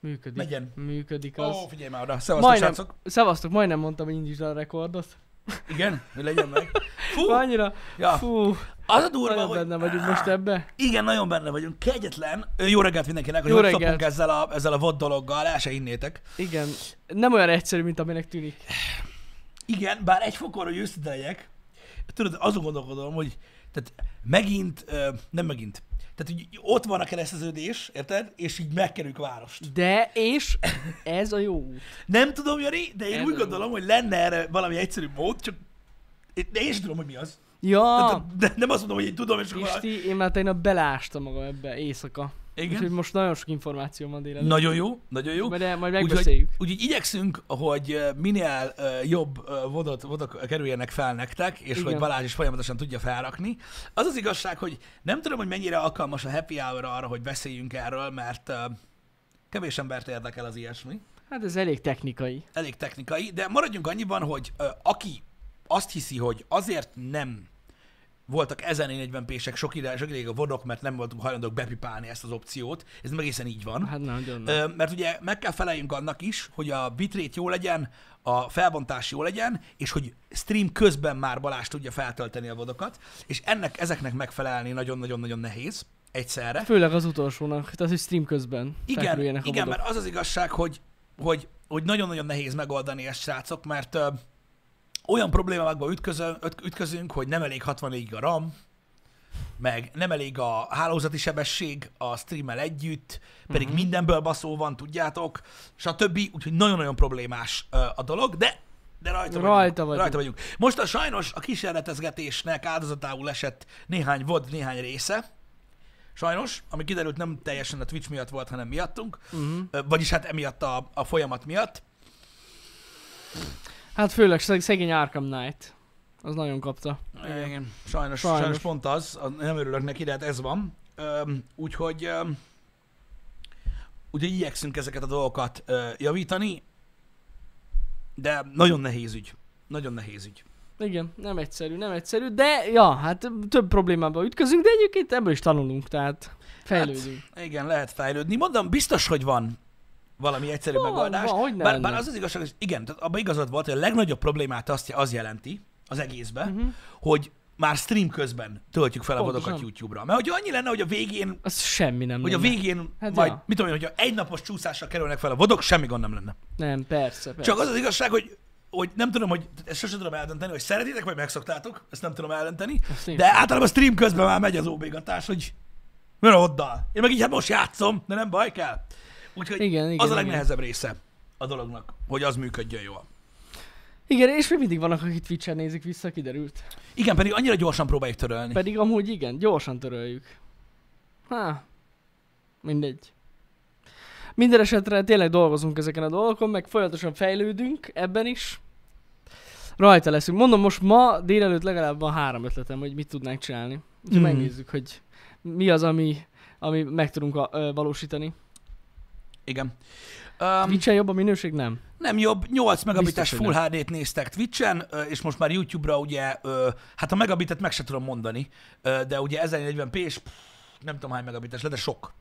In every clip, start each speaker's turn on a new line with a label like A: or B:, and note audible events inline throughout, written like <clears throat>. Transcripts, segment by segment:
A: Működik.
B: Legyen.
A: Működik
B: Ó,
A: az.
B: oh,
A: Oh,
B: figyelj már oda. Szevasztok,
A: majdnem,
B: srácok.
A: szevasztok, majdnem mondtam, hogy indítsd a rekordot.
B: Igen, hogy legyen
A: <laughs>
B: meg. Fú,
A: Annyira,
B: ja. Ah.
A: fú,
B: az a durva,
A: nagyon
B: hogy...
A: benne vagyunk most ebbe.
B: Igen, nagyon benne vagyunk. Kegyetlen. Ö, Jó reggelt mindenkinek, hogy
A: Jó
B: hogy
A: reggelt.
B: szopunk ezzel a, ezzel a vad dologgal, el se innétek.
A: Igen, nem olyan egyszerű, mint aminek tűnik.
B: Igen, bár egy fokon, hogy őszinte legyek, tudod, azon gondolkodom, hogy tehát megint, ö, nem megint, tehát hogy ott van a kereszteződés, érted? És így megkerüljük a várost.
A: De, és ez a jó út.
B: Nem tudom, Jani, de én
A: Ez
B: úgy
A: az
B: gondolom, hogy lenne erre valami egyszerű mód, csak de én sem tudom, hogy mi az.
A: Ja,
B: Tehát, de nem azt mondom, hogy én tudom, és akkor...
A: Pisti, én már tegnap belástam magam ebbe, éjszaka. Úgyhogy
B: Igen.
A: most nagyon sok információ van délelőtt.
B: Nagyon jó, nagyon jó.
A: Majd, el- majd
B: Úgyhogy,
A: megbeszéljük.
B: úgyhogy igyekszünk, hogy ö, minél ö, jobb ö, vodat, vodak kerüljenek fel nektek, és
A: Igen.
B: hogy Balázs is folyamatosan tudja felrakni. Az az igazság, hogy nem tudom, hogy mennyire alkalmas a happy hour arra, hogy beszéljünk erről, mert ö, kevés embert érdekel az ilyesmi.
A: Hát ez elég technikai.
B: Elég technikai, de maradjunk annyiban, hogy ö, aki azt hiszi, hogy azért nem voltak 1040 pések sok, ide, sok ideig a vodok, mert nem voltunk hajlandók bepipálni ezt az opciót, ez nem egészen így van.
A: Hát nagyon nagy.
B: Ö, mert ugye meg kell feleljünk annak is, hogy a bitrate jó legyen, a felbontás jó legyen, és hogy stream közben már Balázs tudja feltölteni a vodokat, és ennek, ezeknek megfelelni nagyon-nagyon-nagyon nehéz egyszerre.
A: Főleg az utolsónak, tehát hogy stream közben
B: Igen,
A: felkerüljenek a
B: igen
A: modok.
B: mert az az igazság, hogy, hogy, hogy nagyon-nagyon nehéz megoldani ezt, srácok, mert ö, olyan problémákba ütközön, öt- ütközünk, hogy nem elég 64 a RAM, meg nem elég a hálózati sebesség a streamel együtt, pedig uh-huh. mindenből baszó van, tudjátok, és a többi, úgyhogy nagyon-nagyon problémás ö, a dolog, de de rajta,
A: Rajta
B: vagyunk.
A: vagyunk.
B: rajta vagyunk. Most a sajnos a kísérletezgetésnek áldozatául esett néhány vod, néhány része, sajnos, ami kiderült nem teljesen a Twitch miatt volt, hanem miattunk,
A: Mhm.
B: Ö, vagyis hát emiatt a, a folyamat miatt.
A: Hát főleg szeg- szegény Arkham Knight. Az nagyon kapta.
B: Igen. Sajnos, sajnos.
A: Sajnos.
B: sajnos pont az, a- nem örülök neki, de hát ez van. Öm, Úgyhogy öm, úgyhogy igyekszünk ezeket a dolgokat ö, javítani, de nagyon nehéz ügy. Nagyon nehéz ügy.
A: Igen, nem egyszerű, nem egyszerű, de ja, hát több problémába ütközünk, de egyébként ebből is tanulunk, tehát fejlődünk.
B: Igen, lehet fejlődni. Mondom, biztos, hogy van valami egyszerű
A: Van,
B: megoldás.
A: van, hogy ne
B: bár,
A: lenne.
B: bár az az igazság, hogy igen, tehát abban igazad volt, hogy a legnagyobb problémát azt, az jelenti az egészbe,
A: Mhm.
B: hogy már stream közben töltjük fel a
A: Pontosan.
B: vodokat YouTube-ra. Mert hogyha annyi lenne, hogy a végén,
A: Az semmi nem
B: hogy a
A: lenne.
B: végén hát
A: Hát
B: majd,
A: ja.
B: mit tudom én, hogyha egy napos csúszásra kerülnek fel a vodok, semmi gond nem lenne.
A: Nem, persze, persze.
B: Csak az az igazság, hogy hogy nem tudom, hogy ezt sosem tudom eldönteni, hogy szeretitek, vagy megszoktátok, ezt nem tudom eldönteni,
A: Azt én
B: de általában stream közben már megy az óbégatás, hogy mi a hoddal. Én meg így hát most játszom, de nem baj kell. Úgyhogy
A: Igen,
B: az
A: igen,
B: a
A: igen.
B: legnehezebb része a dolognak, hogy az működjön jól.
A: Igen, és még mindig vannak, akik Twitch-en nézik vissza, kiderült.
B: Igen, pedig annyira gyorsan próbáljuk törölni.
A: Pedig amúgy igen, gyorsan töröljük. Há, mindegy. Minden esetre tényleg dolgozunk ezeken a dolgokon, meg folyamatosan fejlődünk ebben is. Rajta leszünk. Mondom, most ma délelőtt legalább van három ötletem, hogy mit tudnánk csinálni. Úgyhogy
B: Mhm.
A: mm. megnézzük, hogy mi az, ami, ami meg tudunk a, ö, valósítani.
B: Igen. Um,
A: Twitch-en jobb a minőség? Nem.
B: Nem jobb, 8 megabites
A: Biztos, hogy
B: Full HD-t néztek Twitch-en, ö, és most már YouTube-ra ugye, ö, hát a megabitet meg se tudom mondani, ö, de ugye 1040p, és pff, nem tudom hány megabites le, de sok.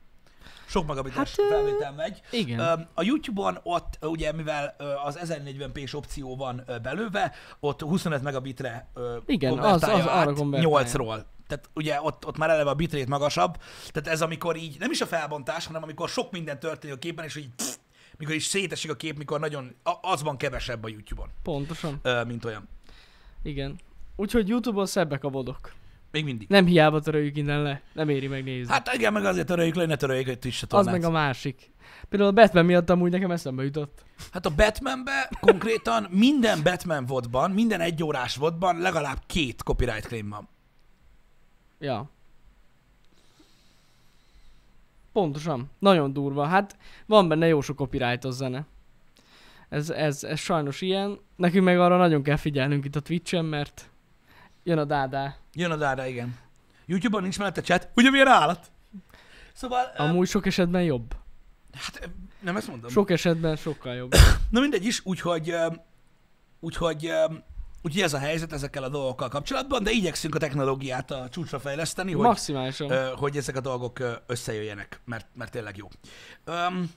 B: Sok megabites
A: Hát,
B: hát,
A: ö,
B: felvétel megy.
A: Igen.
B: Ö, A YouTube-on ott, ö, ugye mivel ö, az 1040p-s opció van ö, belőve, ott 25 megabitre ö,
A: Igen, az-
B: konvertálja
A: az arra
B: át
A: konvertálja.
B: 8-ról. Tehát ugye ott, ott már eleve a bitrate magasabb, tehát ez amikor így, nem is a felbontás, hanem amikor sok minden történik a képen, és így pff, mikor is szétesik a kép, mikor nagyon, a- az van kevesebb a YouTube-on,
A: Pontosan.
B: ö, mint olyan.
A: Igen. Úgyhogy YouTube-on szebbek a vodok.
B: Még mindig.
A: Nem hiába töröljük innen le. Nem éri megnézni.
B: Hát igen, meg azért töröljük le, hogy ne töröljük, hogy Twitch-re
A: Az
B: tornát.
A: meg a másik. Például a Batman miatt amúgy nekem eszembe jutott.
B: Hát a Batmanbe konkrétan minden Batman vodban, minden egyórás vodban legalább két copyright claim van.
A: Ja. Pontosan. Nagyon durva. Hát van benne jó sok copyright zene. Ez, ez, ez sajnos ilyen. Nekünk meg arra nagyon kell figyelnünk itt a Twitch-en, mert jön a dádá.
B: Jön a dára, igen. YouTube-on nincs mellette chat, ugye milyen állat? Szóval, Amúgy...
A: Amúgy sok esetben jobb.
B: hát ö, nem ezt mondom.
A: Sok esetben sokkal jobb.
B: Na mindegy is, úgyhogy, öm, úgyhogy, öm, úgyhogy ez a helyzet ezekkel a dolgokkal kapcsolatban, de igyekszünk a technológiát a csúcsra fejleszteni, hogy,
A: Maximálisan.
B: ö, hogy ezek a dolgok ö, összejöjjenek, mert, mert tényleg jó. Öm,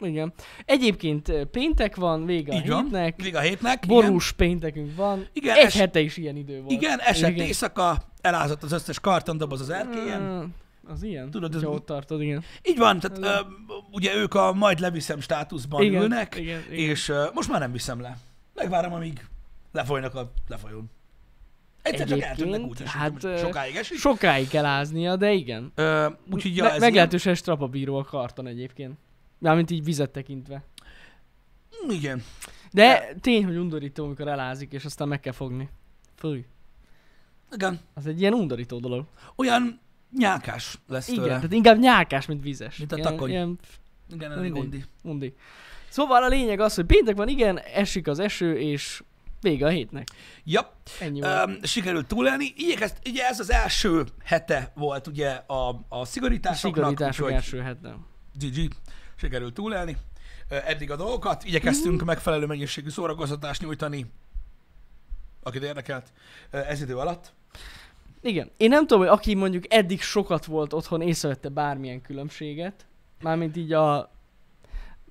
A: Igen. Egyébként ö, péntek van, vége a
B: Így van.
A: hétnek.
B: Még a hétnek.
A: Borús péntekünk van.
B: Igen,
A: Egy
B: es-
A: hete is ilyen idő volt.
B: Igen, igen esett
A: Igen. Mm.
B: igen. éjszaka, elázott az összes kartondoboz az erkélyen.
A: Ö, Az ilyen?
B: Tudod,
A: Tudod,
B: ez-
A: ez... ott tartod, igen.
B: Így van, tehát ö, ugye ők a majd leviszem státuszban
A: igen,
B: ülnek,
A: igen, igen.
B: és ö, most már nem viszem le. Megvárom, amíg lefolynak a lefolyón. Egyszer csak
A: Egyébként,
B: eltűnnek úgy,
A: hát,
B: hát,
A: ö,
B: sokáig esik.
A: Sokáig kell áznia, de igen.
B: Ö, úgyhogy ja,
A: Me-
B: ez ilyen.
A: meglehetősen strapabíró a karton egyébként. Mármint így vizet tekintve.
B: Mm, Igen.
A: De tény, hogy undorító, amikor elázik, és aztán meg kell fogni. Fúj.
B: Igen.
A: Az egy ilyen undorító dolog.
B: Olyan nyákás lesz
A: Igen,
B: tőle.
A: tehát inkább nyákás, mint vizes.
B: Mint a
A: Ilyen-
B: takony.
A: Ilyen,
B: Igen, elég
A: mindegy.
B: undi.
A: undi. Szóval a lényeg az, hogy péntek van, igen, esik az eső, és vége a hétnek.
B: Ja,
A: Ennyi volt.
B: öm, sikerült túlélni. Igyekezt, ugye ez az első hete volt ugye a, a
A: A
B: szigorításoknak.
A: szigorítások
B: úgyhogy-
A: első hetnem.
B: GG, sikerült túlélni. Ö, Eddig a dolgokat, igyekeztünk
A: Mhm.
B: megfelelő mennyiségű szórakoztatást nyújtani, akit érdekelt ö, ez idő alatt.
A: Igen. Én nem tudom, hogy aki mondjuk eddig sokat volt otthon, észrevette bármilyen különbséget, mármint így a,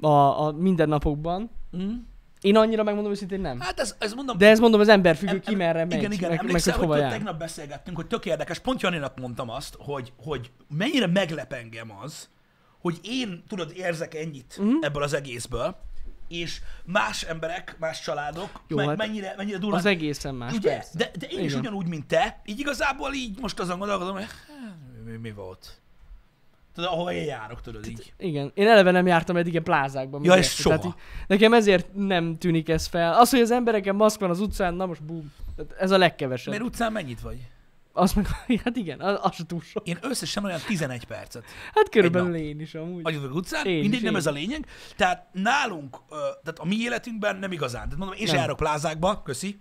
A: a, a mindennapokban.
B: Mm.
A: Én annyira megmondom őszintén nem.
B: Hát ez, ez mondom,
A: Hm? De ez mondom, az ember függő,
B: Em-
A: ki merre megy,
B: igen, igen,
A: meg, meg hogy
B: emlékszel,
A: hova
B: hogy,
A: jár.
B: tegnap beszélgettünk, hogy tök érdekes, pont Janinak mondtam azt, hogy, hogy mennyire meglep engem az, hogy én, tudod, érzek ennyit
A: Mhm.
B: ebből az egészből, és más emberek, más családok,
A: Jó,
B: me-
A: hát
B: mennyire, mennyire durván
A: Az egészen más,
B: Ugye?
A: persze.
B: De, de én Igen. is
A: Igen.
B: ugyanúgy, mint te. Így igazából így most azon gondolkodom, hogy hát, mi, mi volt? Tudod, ahova én járok, tudod így.
A: Igen, én eleve nem jártam eddig ilyen plázákban. meg
B: Ja, és
A: ilyesmi, tehát
B: soha.
A: így- nekem ezért nem tűnik ez fel. Az, hogy az embereken maszk van az utcán, na most bum. Tehát Ez a legkevesebb. <laughs>
B: Mert utcán mennyit vagy?
A: Azt meg, <laughs> hát igen, az, az se túl sok.
B: Én összesen olyan 11 percet
A: Hát körülbelül
B: nap.
A: én is amúgy.
B: vagyok az utcán,
A: Én is,
B: mindegy, nem
A: én
B: ez a lényeg. Tehát nálunk, ö, tehát a mi életünkben nem igazán. Tehát mondom, én sem
A: Nem.
B: járok plázákba, köszi.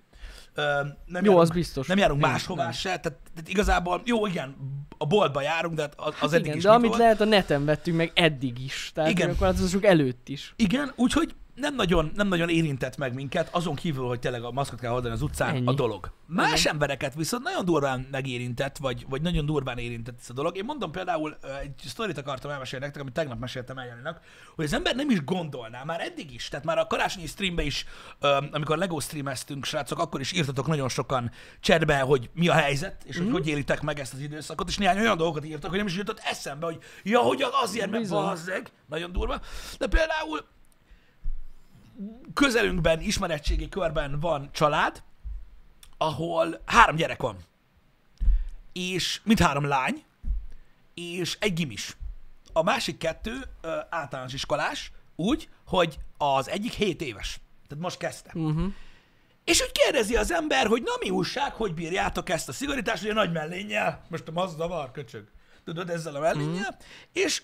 B: Ö, Nem
A: Jó,
B: járunk,
A: az biztos.
B: Nem járunk
A: Nem,
B: máshová
A: nem.
B: se, tehát, tehát igazából, jó, igen, a boltba járunk, de hát az, az eddig
A: igen,
B: is
A: de
B: nyitva
A: amit
B: volt.
A: lehet a neten vettünk meg eddig is. Tehát
B: Igen.
A: igen. akkor az azok előtt is.
B: Igen, úgyhogy nem nagyon, nem nagyon érintett meg minket, azon kívül, hogy tényleg a maszkot kell hordani az utcán, Ennyi.
A: Ennyi.
B: a dolog. Más Igen. embereket viszont nagyon durván megérintett, vagy, vagy nagyon durván érintett ez a dolog. Én mondom például, ö, egy sztorit akartam elmesélni nektek, amit tegnap meséltem el Janinak, hogy az ember nem is gondolná, már eddig is, tehát már a karácsonyi streambe is, ö, amikor LEGO streameztünk, srácok, akkor is írtatok nagyon sokan chatbe, hogy mi a helyzet, és mm-hmm. hogy hogy élitek meg ezt az időszakot, és néhány olyan dolgokat írtak, hogy nem is jutott eszembe, hogy ja, hogy azért, mert
A: Bizony.
B: bazzeg, nagyon durva. De például közelünkben, ismeretségi körben van család, ahol három gyerek van. És mind három lány, és egy gimis. A másik kettő ö, általános iskolás, úgy, hogy az egyik 7 éves. Tehát most kezdte.
A: Uh-huh.
B: És úgy kérdezi az ember, hogy na mi újság, hogy bírjátok ezt a szigorítást, ugye nagy mellénnyel, most a mazda var, köcsög, tudod, ezzel a mellénnyel, mm. és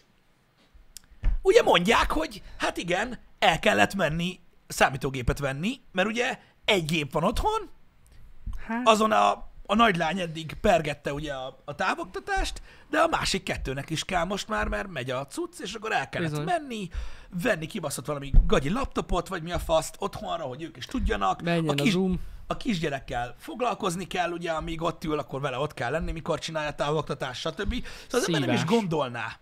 B: ugye mondják, hogy hát igen, el kellett menni, számítógépet venni, mert ugye egy gép van otthon,
A: Hát,
B: azon a, a nagylány eddig pergette ugye a, a távoktatást, de a másik kettőnek is kell most már, mert megy a cucc, és akkor el kellett Bizony.
A: Bizony.
B: menni, venni kibaszott valami gagyi laptopot, vagy mi a faszt otthonra, hogy ők is tudjanak.
A: Menjen
B: a,
A: a Zoom.
B: a kisgyerekkel foglalkozni kell, ugye, amíg ott ül, akkor vele ott kell lenni, mikor csinálja a távoktatást, stb. Szóval az ember nem is
A: Szívás.
B: gondolná.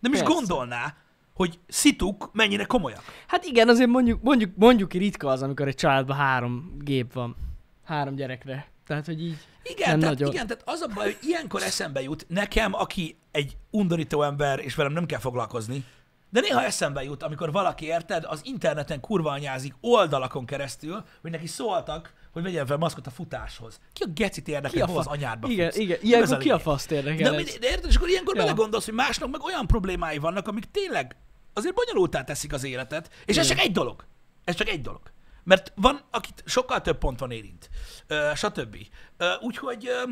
B: Nem is
A: Persze.
B: gondolná, hogy szituk mennyire komolyak.
A: hát igen, azért mondjuk, mondjuk, mondjuk ritka az, amikor egy családban három gép van. Három gyerekre. Tehát, hogy így...
B: Igen,
A: Nem
B: tehát,
A: nagyon.
B: igen, tehát az a baj, hogy ilyenkor eszembe jut nekem, aki egy undorító ember, és velem nem kell foglalkozni, de néha eszembe jut, amikor valaki, érted, az interneten kurva anyázik oldalakon keresztül, hogy neki szóltak, hogy vegyen fel maszkot a futáshoz. Ki a gecit érdekel, ki a
A: fa-
B: az anyádba
A: Igen,
B: futsz?
A: igen.
B: Nem ez
A: Ilyenkor ki a
B: lényeg.
A: faszt
B: De,
A: érdekel ez?
B: mindegy, de érted, és akkor ilyenkor ja.
A: Ja.
B: belegondolsz, hogy másnak meg olyan problémái vannak, amik tényleg azért bonyolultá teszik az életet, és ez
A: Igen.
B: csak egy dolog. Ez csak egy dolog. Mert van, akit sokkal több ponton érint, ö, stb. Ö, úgyhogy ö,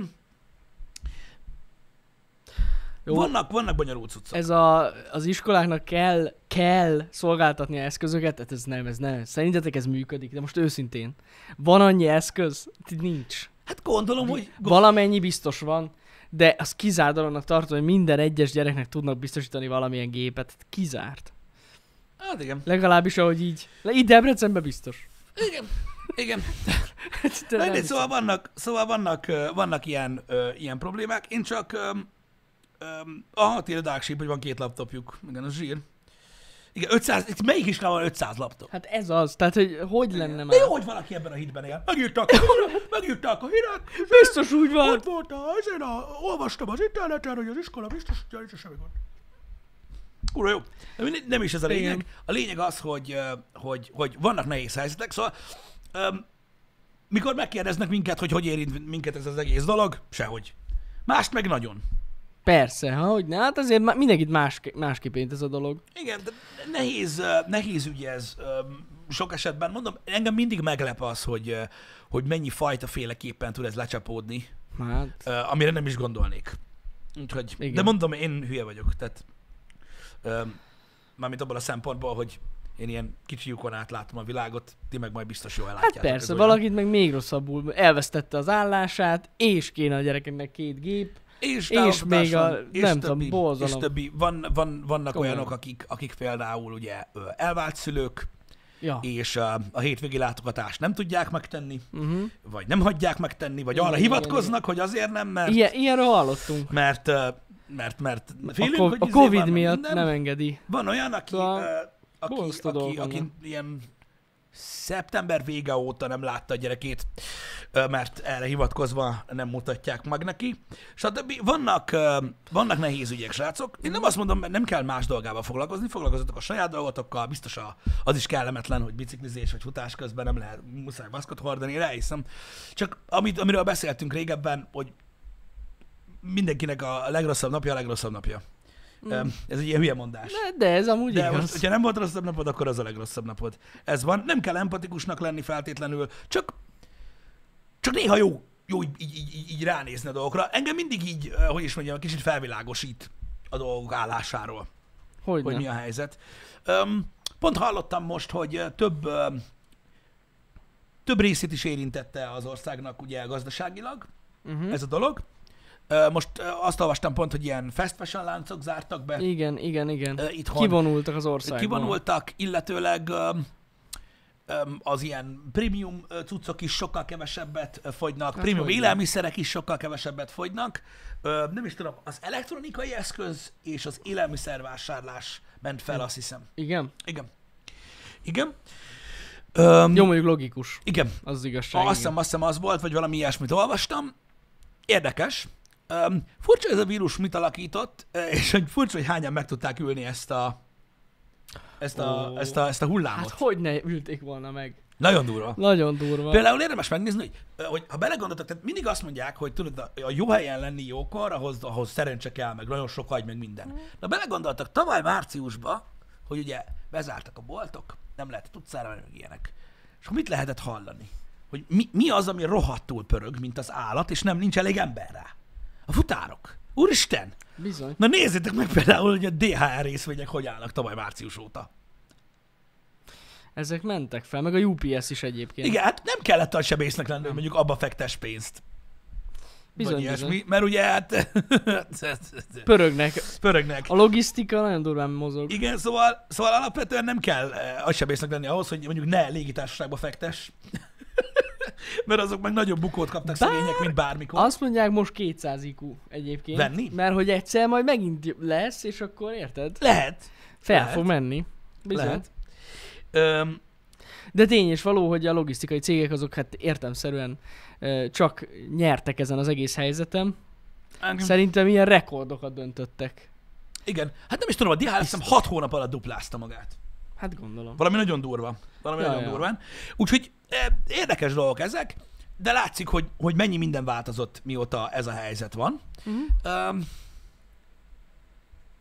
A: Jó.
B: vannak, vannak bonyolult cuccok.
A: Ez a, az iskoláknak kell, kell szolgáltatni a eszközöket, tehát ez nem, ez nem. Szerintetek ez működik, de most őszintén. Van annyi eszköz? Ti Nincs.
B: Hát gondolom, hogy...
A: Valamennyi biztos van, de az kizárt dolognak tartom, hogy minden egyes gyereknek tudnak biztosítani valamilyen gépet. Kizárt.
B: Hát igen.
A: Legalábbis ahogy így. Le, itt Debrecenben biztos. <laughs>
B: Igen. Igen.
A: Hát, <laughs>
B: Na,
A: de nem
B: mindegy,
A: hiszem.
B: szóval vannak, szóval vannak, ö, vannak ilyen, ö, ilyen problémák. Én csak... Öm, öm, aha, tényleg Dark Sheep, hogy van két laptopjuk. Igen, az zsír. Igen, 500, itt melyik iskában 500 laptop?
A: Hát ez az, tehát hogy hogy lenne
B: De
A: már?
B: jó, hogy valaki ebben a hitben él. Megírták a hírek, megírták a hírek,
A: Biztos úgy van.
B: ott volt a, ezen a, olvastam az interneten, hogy az iskola biztos, hogy nincs semmi gond. Kurva jó. De mindegy, Nem is ez a lényeg.
A: Igen.
B: A lényeg az, hogy, ö, hogy, hogy vannak nehéz helyzetek, szóval um, mikor megkérdeznek minket, hogy hogy érint minket ez az egész dolog, sehogy. Mást meg nagyon.
A: Persze, ha hogy ne, hát azért má- mindenkit más, másképp int ez a dolog.
B: Igen, de nehéz, ö, nehéz ügy ez ö, sok esetben. Mondom, engem mindig meglep az, hogy, ö, hogy mennyi fajta féleképpen tud ez lecsapódni,
A: Hát,
B: ö, amire nem is gondolnék. Úgyhogy, Igen. de
A: Igen.
B: mondom, én hülye vagyok, tehát ö, mármint abban a szempontból, hogy én ilyen kicsi lyukon átlátom a világot, ti meg majd biztos jól
A: hát
B: látjátok.
A: persze,
B: hogy olyan.
A: valakit meg még rosszabbul elvesztette az állását, és kéne a gyerekeknek két gép.
B: És,
A: És
B: támogatás
A: még a-
B: van,
A: nem tudom, borzalom.
B: És többi. Van, van, vannak
A: Komolyan.
B: olyanok, akik, akik például ugye ö, elvált szülők,
A: Ja.
B: és ö, a hétvégi látogatást nem tudják megtenni,
A: Uh-huh.
B: vagy nem hagyják megtenni, vagy
A: Igen,
B: arra
A: igen,
B: hivatkoznak, hogy azért nem, mert,
A: Ilyen, ilyenről hallottunk.
B: mert, ö, mert, mert
A: a,
B: félünk,
A: ko-
B: hogy
A: a
B: izé
A: Covid
B: van,
A: miatt
B: minden.
A: nem engedi.
B: Van olyan, aki,
A: Szóval
B: ö, aki,
A: borzasztó
B: aki,
A: dolga
B: aki
A: van.
B: ilyen szeptember vége óta nem látta a gyerekét, ö, mert erre hivatkozva nem mutatják meg neki. Stb. Vannak, ö, vannak nehéz ügyek, srácok. Én nem azt mondom, mert nem kell más dolgával foglalkozni, foglalkozzatok a saját dolgotokkal, biztos a, az is kellemetlen, hogy biciklizés vagy futás közben nem lehet, muszáj maszkot hordani, ráhiszem. Csak amit, amiről beszéltünk régebben, hogy mindenkinek a legrosszabb napja a legrosszabb napja. Mm. Ez egy ilyen hülye mondás.
A: De, de ez amúgy
B: De
A: igaz.
B: most, hogyha nem volt rosszabb napod, akkor az a legrosszabb napod. Ez van. Nem kell empatikusnak lenni feltétlenül, csak, csak néha jó, jó így, így, így, így- így ránézni a dolgokra. Engem mindig így, eh, hogy is mondjam, kicsit felvilágosít a dolgok állásáról, hogy
A: Hogy, hogy
B: mi a helyzet. Um, pont hallottam most, hogy eh, több, öm, több részét is érintette az országnak ugye gazdaságilag
A: Uh-huh.
B: ez a dolog. Ö, Most ö, azt olvastam pont, hogy ilyen fast fashion láncok zártak be
A: Igen, igen, igen.
B: ö, itthon.
A: Kivonultak az országból.
B: Kivonultak, illetőleg öm, öm, az ilyen prémium ö, cuccok is sokkal kevesebbet ö, fogynak, hát
A: Hát
B: prémium
A: hogyne.
B: élelmiszerek is sokkal kevesebbet fogynak. Ö, nem is tudom, az elektronikai eszköz és az élelmiszervásárlás ment fel, azt hiszem.
A: Igen?
B: Igen. Igen. Öm,
A: Jó, mondjuk logikus.
B: Igen.
A: Az, az igazság.
B: Azt
A: igen.
B: hiszem, azt hiszem az volt, vagy valami ilyesmit olvastam. Érdekes. Um, furcsa ez a vírus mit alakított, és hogy furcsa, hogy hányan meg tudták ülni ezt a, ezt a,
A: Ó.
B: ezt a, ezt a hullámot.
A: Hát
B: Hát,
A: hogy ne ülték volna meg?
B: Nagyon durva.
A: Nagyon durva.
B: Például érdemes megnézni, hogy, hogy ha belegondoltak, tehát mindig azt mondják, hogy tudod, a- a jó helyen lenni jókor, ahhoz, ahhoz szerencse kell, meg nagyon sok agy, meg minden. Na belegondoltak tavaly márciusba, hogy ugye bezártak a boltok, nem lehetett utcára menni, meg ilyenek. És akkor mit lehetett hallani? Hogy mi, mi az, ami rohadtul pörög, mint az állat, és nem nincs elég ember rá? A futárok. Úristen!
A: Bizony.
B: Na nézzétek meg például, hogy a DHR részvények hogy állnak tavaly március óta.
A: Ezek mentek fel, meg a UPS is egyébként.
B: Igen, hát nem kellett a sebésznek lenni, hogy mondjuk abba fektes pénzt. Bizony, vagy
A: Bizony,
B: ilyesmi,
A: bizony.
B: mert ugye hát
A: Pörögnek.
B: pörögnek.
A: A logisztika nagyon durván mozog.
B: Igen, szóval, szóval alapvetően nem kell eh, agysebésznek lenni ahhoz, hogy mondjuk ne légitársaságba fektes. <laughs> mert azok meg nagyobb bukót kaptak Bár...
A: Bár-
B: szegények, mint bármikor. Az...
A: Azt mondják most 200 IQ egyébként.
B: Venni?
A: Mert hogy egyszer majd megint lesz, és akkor érted?
B: Lehet.
A: Fel
B: Lehet.
A: fog menni. Bizony.
B: Lehet. Öm,
A: De tény és való, hogy a logisztikai cégek azok hát értemszerűen ö, csak nyertek ezen az egész helyzetem. Szerintem ilyen rekordokat döntöttek.
B: igen, hát nem is tudom, a DHL azt hiszem 6 hónap alatt duplázta magát.
A: Hát gondolom.
B: Valami nagyon durva. Valami ja,
A: Ja,
B: nagyon ja.
A: ja.
B: durván. Úgyhogy eh, érdekes dolgok ezek, de látszik, hogy, hogy mennyi minden változott, mióta ez a helyzet van.
A: Mhm.
B: Uh-huh. Um,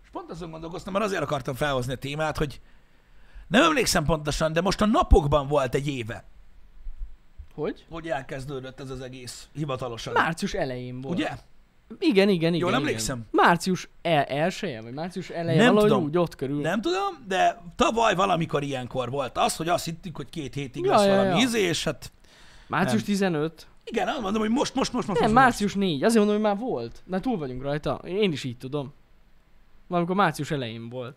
B: és pont azon gondolkoztam, mert azért akartam felhozni a témát, hogy nem emlékszem pontosan, de most a napokban volt egy éve,
A: Hogy?
B: hogy elkezdődött ez az egész hivatalosan.
A: Március elején volt.
B: Ugye?
A: Igen, igen, igen.
B: Jól
A: igen.
B: emlékszem?
A: Március el- elsője, vagy március eleje,
B: Nem
A: valahogy
B: tudom.
A: úgy ott körül.
B: Nem tudom, de tavaly valamikor ilyenkor volt az, hogy azt hittük, hogy két hétig
A: Ja,
B: lesz
A: ja,
B: valami
A: ja.
B: izé, és hát
A: Március
B: Nem.
A: 15.
B: igen, azt mondom, hogy most, most, most, most.
A: Nem,
B: most, most.
A: március 4. Azért mondom, hogy már volt. Már túl vagyunk rajta. Én is így tudom. Valamikor március elején volt.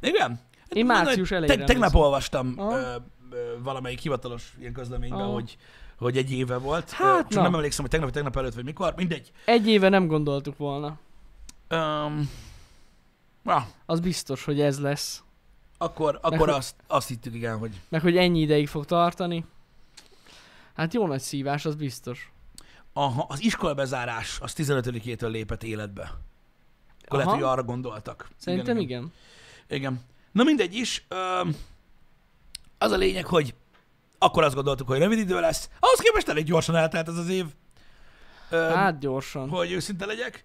B: Igen? Hát
A: Én
B: mondom,
A: március
B: hogy
A: elejére
B: Te, tegnap
A: emlékszem.
B: olvastam
A: Aha.
B: ö, ö, valamelyik hivatalos ilyen közleményben,
A: Aha.
B: hogy, hogy egy éve volt.
A: Hát
B: Ö, csak
A: na.
B: nem emlékszem, hogy tegnap, vagy tegnap előtt, vagy mikor. Mindegy.
A: Egy éve nem gondoltuk volna.
B: Um, na,
A: Az biztos, hogy ez lesz.
B: Akkor, akkor azt, azt hittük, igen, hogy...
A: Meg hogy ennyi ideig fog tartani. Hát jó nagy szívás, az biztos.
B: Aha, az iskolabezárás az 15-től lépett életbe. Akkor Aha. lehet,
A: Aha.
B: hogy arra gondoltak.
A: Szerintem igen.
B: Igen. Na mindegy is, öm, az a lényeg, hogy akkor azt gondoltuk, hogy rövid idő lesz. Ahhoz képest elég gyorsan eltelt ez az év. Öm,
A: Hát gyorsan.
B: Hogy őszinte legyek.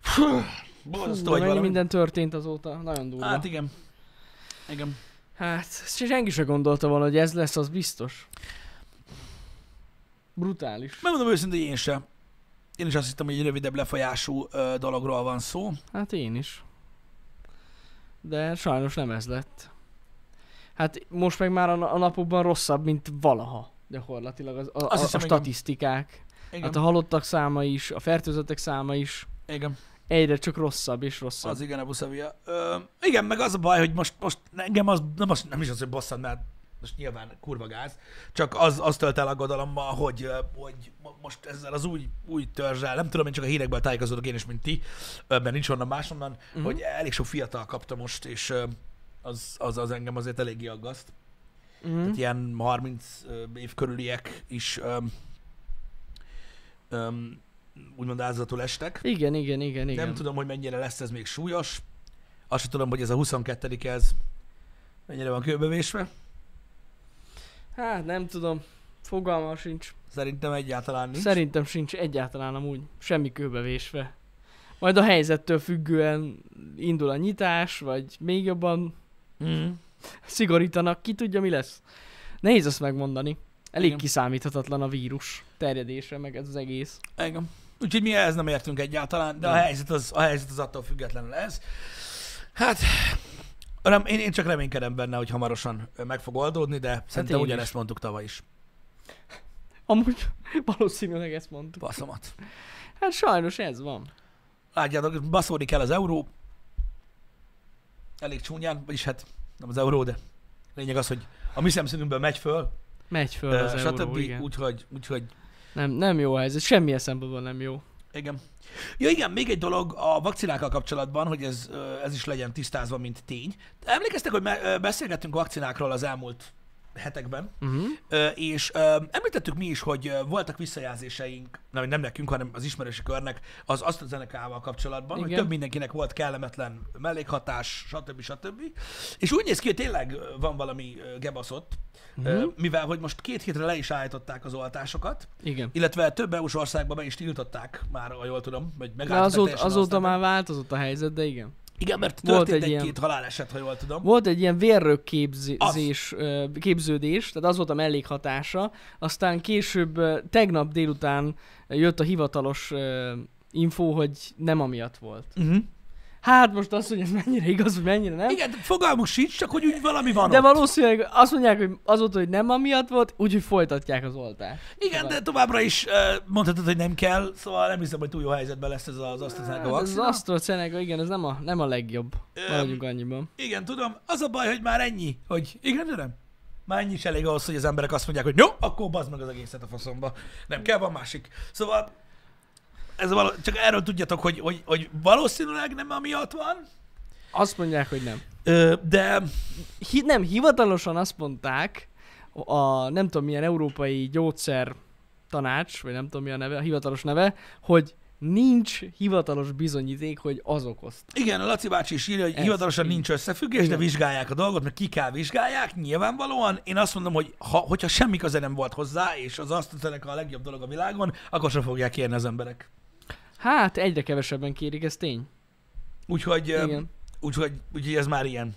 B: Fú, Borzasztó,
A: Hú,
B: hogy
A: mennyi
B: valami.
A: minden történt azóta, nagyon durva.
B: Hát
A: Hát,
B: igen. Igen.
A: hát ezt senki se gondolta volna, hogy ez lesz, az biztos. Brutális.
B: Megmondom őszintén, hogy én sem. Én is azt hittem, hogy egy rövidebb lefolyású ö, dologról van szó.
A: Hát én is. De sajnos nem ez lett. Hát most meg már a, na- a napokban rosszabb, mint valaha gyakorlatilag az, a, a,
B: hiszem,
A: a
B: igen.
A: statisztikák.
B: Igen,
A: Hát a halottak száma is, a fertőzöttek száma is
B: igen.
A: egyre csak rosszabb és rosszabb.
B: az igen, a buszavia. Ö, igen, meg az a baj, hogy most, most engem az nem, az, nem is az, hogy bosszant, mert most nyilván kurva gáz, csak az, az tölt el aggodalommal, hogy, ö, hogy mo- most ezzel az új, új törzsel, nem tudom, én csak a hírekből tájékozódok én is, mint ti, ö, mert nincs onnan másonnan, uh-huh. hogy elég sok fiatal kapta most, és ö, az, az, az engem azért eléggé aggaszt.
A: Mm.
B: Tehát ilyen 30 ö, év körüliek is öm, öm, úgymond áldozatul estek.
A: Igen, igen, igen, igen.
B: Igen. Nem tudom, hogy mennyire lesz ez még súlyos. Azt sem tudom, hogy ez a 22 ez mennyire van kőbevésve.
A: Hát nem tudom. Fogalmam sincs.
B: Szerintem egyáltalán nincs.
A: Szerintem sincs egyáltalán amúgy. Semmi kőbevésve. Majd a helyzettől függően indul a nyitás, vagy még jobban
B: Mm.
A: szigorítanak, ki tudja mi lesz. Nehéz azt megmondani. Elég
B: Igen.
A: Igen. kiszámíthatatlan a vírus terjedése, meg ez az egész.
B: Engem. Úgyhogy mi ehhez nem értünk egyáltalán, de a
A: Nem.
B: helyzet az, a helyzet az attól függetlenül ez. Hát, nem, én, én csak reménykedem benne, hogy hamarosan ö, meg fog oldódni, de szerintem
A: én Hát is.
B: ugyanezt mondtuk tavaly is.
A: Amúgy <laughs> valószínűleg ezt mondtuk.
B: Passzomat.
A: Hát sajnos ez van.
B: Látjátok, baszódik el az euró. Elég csúnyán, vagyis hát nem az euró, de lényeg az, hogy a mi szemszínünkből megy föl,
A: Megy föl
B: ö,
A: az euró,
B: stb.
A: igen.
B: Úgyhogy, úgyhogy,
A: Nem, nem jó a helyzet, semmilyen szempontból nem jó.
B: igen. Ja igen, még egy dolog a vakcinákkal kapcsolatban, hogy ez, ö, ez is legyen tisztázva, mint tény. Emlékeztek, hogy me- ö, beszélgettünk vakcinákról az elmúlt hetekben,
A: Uh-huh.
B: Ö, és ö, említettük mi is, hogy ö, voltak visszajelzéseink, nem, nem nekünk, hanem az ismerősi körnek, az AstraZeneca-val kapcsolatban, Igen. hogy
A: Igen.
B: több mindenkinek volt kellemetlen mellékhatás, stb. stb. És úgy néz ki, hogy tényleg ö, van valami ö, gebaszott,
A: Mhm.
B: mm-hmm. mivel hogy most két hétre le is állították az oltásokat,
A: Igen.
B: illetve több EU-s országban be is tiltották már, ha jól tudom, vagy
A: De
B: megállították
A: azóta,
B: teljesen
A: azóta
B: aztán.
A: már változott a helyzet, de igen.
B: Igen, mert
A: volt
B: történt
A: egy
B: egy-két
A: ilyen-
B: haláleset, ha jól tudom.
A: Volt egy ilyen vérrök képzés, ö, képződés, tehát az volt a mellékhatása, aztán később ö, tegnap délután jött a hivatalos ö, info, hogy nem amiatt volt.
B: Uh-huh.
A: Hát most azt, hogy ez mennyire igaz, vagy mennyire nem.
B: Igen, fogalmuk sincs, csak hogy úgy valami van
A: De
B: ott.
A: valószínűleg azt mondják, hogy azóta, hogy nem amiatt volt, úgyhogy folytatják az oltást.
B: Igen, de továbbra is ö, mondhatod, hogy nem kell, szóval nem hiszem, hogy túl jó helyzetben lesz ez az AstraZeneca
A: Hát ez az
B: vakcina.
A: AstraZeneca, igen, ez nem a, nem a legjobb.
B: Öm,
A: Maradjunk annyiban.
B: Igen, tudom, az a baj, hogy már ennyi, hogy igen, de nem. Már ennyi is elég ahhoz, hogy az emberek azt mondják, hogy jó, akkor bazd meg az egészet a faszomba. Nem kell, van másik. Szóval ez való, csak erről tudjatok, hogy, hogy, hogy valószínűleg nem amiatt van,
A: Azt mondják, hogy nem.
B: ö, de
A: hi, nem, hivatalosan azt mondták, a nem tudom milyen európai gyógyszer tanács, vagy nem tudom mi a neve, a hivatalos neve, hogy nincs hivatalos bizonyíték, hogy az okozta.
B: igen, a Laci bácsi is írja, hogy
A: Ez,
B: hivatalosan
A: így.
B: nincs összefüggés, de
A: Igen.
B: vizsgálják a dolgot, mert ki kell vizsgálják, nyilvánvalóan. Én azt mondom, hogy ha, hogyha semmi köze nem volt hozzá, és az azt a legjobb dolog a világon, akkor sem fogják kérni az emberek.
A: Hát egyre kevesebben kérik, ez tény.
B: Úgyhogy, ö,
A: Igen.
B: úgyhogy, úgyhogy ez már ilyen.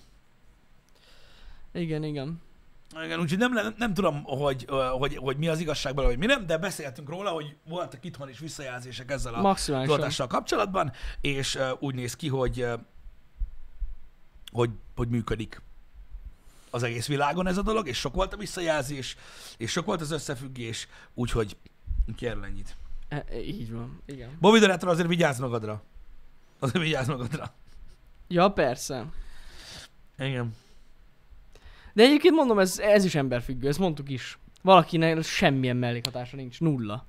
A: Igen, igen.
B: Igen, úgyhogy nem, le- nem tudom, hogy, ö, hogy, hogy mi az igazság bele, hogy mi nem, de beszéltünk róla, hogy voltak itthon is visszajelzések ezzel a
A: Maximálisan.
B: tudatással kapcsolatban, és ö, úgy néz ki, hogy, ö, hogy, hogy működik az egész világon ez a dolog, és sok volt a visszajelzés, és sok volt az összefüggés, úgyhogy úgyhogy erről ennyit.
A: E, e, így van, igen.
B: Bobby Donato, azért vigyázz magadra. Azért vigyázz magadra.
A: Ja, persze.
B: Igen.
A: De egyébként mondom, ez, ez is emberfüggő, ezt mondtuk is. Valakinek semmilyen mellékhatása nincs, nulla.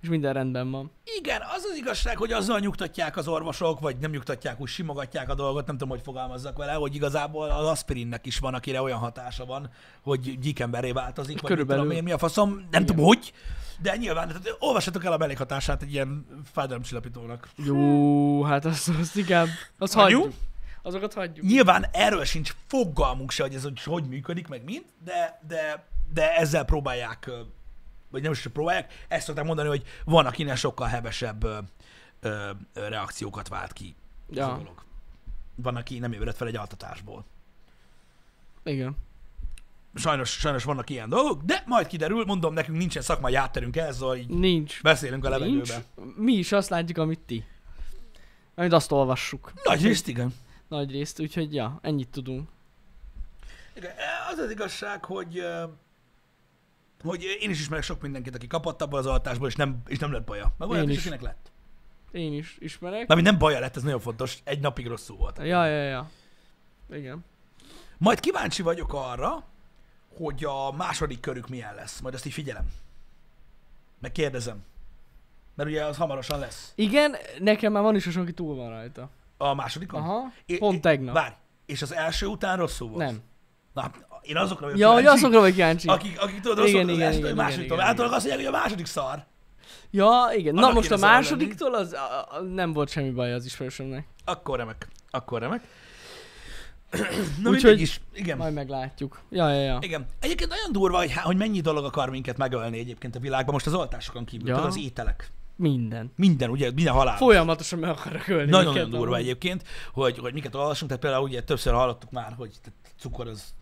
A: és minden rendben van.
B: Igen, az az igazság, hogy azzal nyugtatják az orvosok, vagy nem nyugtatják, úgy simogatják a dolgot, nem tudom, hogy fogalmazzak vele, hogy igazából az aspirinnek is van, akire olyan hatása van, hogy gyíkemberé változik, vagy
A: Körülbelül.
B: Körülbelül. Tudom, én, mi a faszom, nem Igen. tudom, hogy, de nyilván, tehát olvassatok el a mellékhatását egy ilyen fájdalomcsillapítónak.
A: Jó, hát azt, azt igen. Azt
B: Hagyjuk?
A: hagyjuk. Azokat hagyjuk.
B: Nyilván erről sincs fogalmunk se, hogy ez hogy, hogy működik, meg mind, de, de, de ezzel próbálják, ö, vagy nem is hogy próbálják, ezt szokták mondani, hogy van, akinek sokkal hevesebb ö, ö, ö, reakciókat vált ki ja. ez a
A: Ja,
B: dolog. Van, aki nem ébredt fel egy altatásból.
A: igen.
B: Sajnos, sajnos vannak ilyen dolgok, de majd kiderül, mondom, nekünk nincsen szakmai hátterünk ez, szóval így
A: Nincs.
B: beszélünk a
A: Nincs.
B: levegőbe.
A: Mi is azt látjuk, amit ti. Amit azt olvassuk.
B: Nagy részt, igen.
A: Nagy részt, úgyhogy ja, ennyit tudunk.
B: Igen, Az az igazság, hogy ö, hogy én is ismerek sok mindenkit, aki kapott abból az altásból, és nem, és nem lett baja. Meg olyan
A: Én
B: is,
A: is.
B: akinek lett.
A: Én is ismerek.
B: Mármint nem baja lett, ez nagyon fontos, egy napig rosszul volt.
A: Ja, ja, ja. Igen.
B: Majd kíváncsi vagyok arra, hogy a második körük milyen lesz. Majd azt így figyelem. Meg kérdezem. Mert ugye az hamarosan lesz.
A: Igen, nekem már van is, aki túl van rajta.
B: A másodikon?
A: Aha,
B: É- é-
A: pont tegnap.
B: Várj, és az első után rosszul volt?
A: Nem.
B: Na, én azokra vagyok
A: Ja, hogy
B: kíváncsi,
A: azokra vagy kíváncsi.
B: akik, akik tudod, rosszul
A: Igen,
B: volt az
A: igen,
B: első,
A: igen,
B: a
A: igen,
B: másodiktól.
A: igen,
B: Általában azt mondják, hogy a második szar.
A: Ja, igen. Na
B: Annak
A: most a
B: kéne szóval zajlani.
A: másodiktól az a, a, nem volt semmi baj az ismerősömnek.
B: Akkor remek. Akkor remek. <clears throat> Na
A: Úgyhogy-
B: mindegy is. Igen.
A: Majd meglátjuk. Ja, ja, ja.
B: Igen. Egyébként nagyon durva, hogy, há- hogy mennyi dolog akar minket megölni egyébként a világban, most az oltásokon kívül,
A: Ja.
B: ja. az ételek.
A: Minden.
B: Minden, ugye, minden halál.
A: Folyamatosan meg akarok ölni.
B: Nagyon,
A: minket,
B: nagyon durva
A: amúgy.
B: egyébként, hogy, hogy miket olvasunk, tehát például ugye többször hallottuk már, hogy tehát cukor az, az,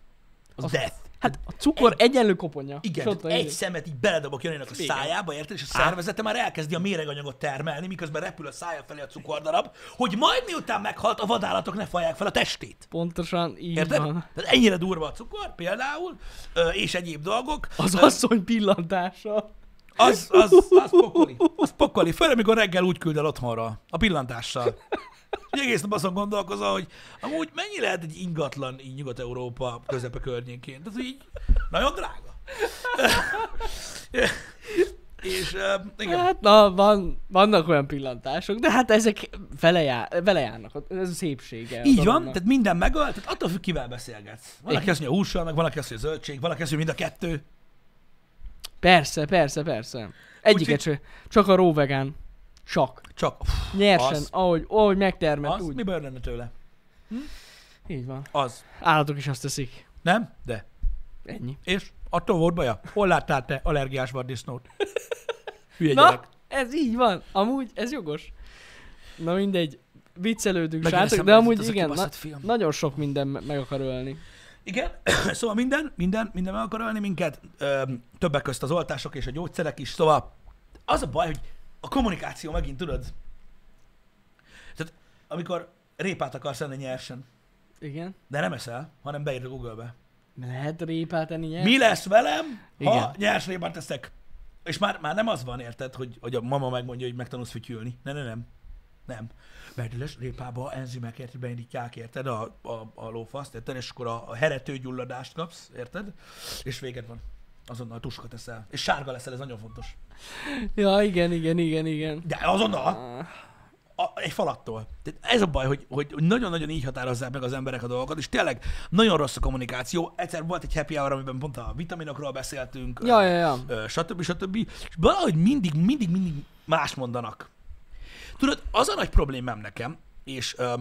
A: Az-
B: az death.
A: Hát a cukor egyenlő koponya.
B: Igen,
A: Sotta
B: tehát egy
A: egyet.
B: szemet így beledobok Janinak a
A: Igen.
B: szájába, érted? És a szervezete már elkezdi a méreganyagot termelni, miközben repül a szája felé a cukordarab, hogy majd miután meghalt, a vadállatok ne fajják fel a testét.
A: Pontosan így
B: Érted?
A: van.
B: Tehát ennyire durva a cukor például, ö, és egyéb dolgok.
A: Az
B: Ö,
A: asszony pillantása.
B: az, az, az pokoli. Az pokoli. Főleg, amikor reggel úgy küld el otthonra, a pillantással. És egész nap azon gondolkozol, hogy amúgy mennyi lehet egy ingatlan így Nyugat-Európa közepe környékén. Tehát így nagyon drága. <laughs> És ö, igen,
A: Hát na, van, vannak olyan pillantások, de hát ezek vele, jár, vele járnak. Ez a szépsége. a
B: Így van,
A: dolognak.
B: tehát minden megöl, tehát attól függ, kivel beszélgetsz. Van, aki azt mondja hússal, meg van, aki azt mondja zöldség, van, aki azt mondja mind a kettő.
A: Persze, persze, persze. Egyiket se. Csak a róvegán. Csak.
B: Csak pff,
A: Nyersen,
B: Az.
A: ahogy, ahogy megtermelt,
B: az,
A: úgy.
B: mi baj lenne tőle?
A: Így van.
B: Az.
A: Állatok is azt teszik.
B: Nem? De.
A: Ennyi.
B: És attól volt baja? Hol láttál te allergiás vaddisznót? <laughs> Hülye
A: Na,
B: gyerek.
A: ez így van. Amúgy ez jogos. Na mindegy. Viccelődünk,
B: Megint
A: srácok,
B: eszembe
A: de
B: jutott
A: amúgy
B: az a
A: igen, na,
B: kibaszott film.
A: nagyon sok minden me- meg akar ölni.
B: Igen, <clears throat> szóval minden, minden, minden meg akar ölni minket, Öm, többek közt az oltások és a gyógyszerek is, szóval az a baj, hogy a kommunikáció megint, tudod? Tehát amikor répát akarsz enni nyersen,
A: Igen.
B: de nem eszel, hanem beírod Google-be.
A: Lehet répát enni nyers?
B: Mi lesz velem, ha
A: Igen.
B: Igen. nyers répát teszek? És már, már nem az van, érted, hogy, hogy a mama megmondja, hogy megtanulsz fütyülni. Ne, ne, nem. Nem. Mert lesz répába enzimekért beindítják, érted, a, a, a lófaszt, érted, és akkor a, a heretőgyulladást kapsz, érted, és véged van. Azonnal tuskat eszel. És sárga leszel, ez nagyon fontos.
A: Ja, igen, igen, igen, igen.
B: De azonnal,
A: Ah,
B: a, egy falattól. Tehát ez a baj, hogy, hogy hogy nagyon-nagyon így határozzák meg az emberek a dolgokat, és tényleg nagyon rossz a kommunikáció. Egyszer volt egy happy hour, amiben pont a vitaminokról beszéltünk.
A: Ja,
B: ö,
A: ja, ja.
B: ö, stb. stb. És valahogy mindig, mindig, mindig más mondanak. Tudod, az a nagy problémám nekem, és ö,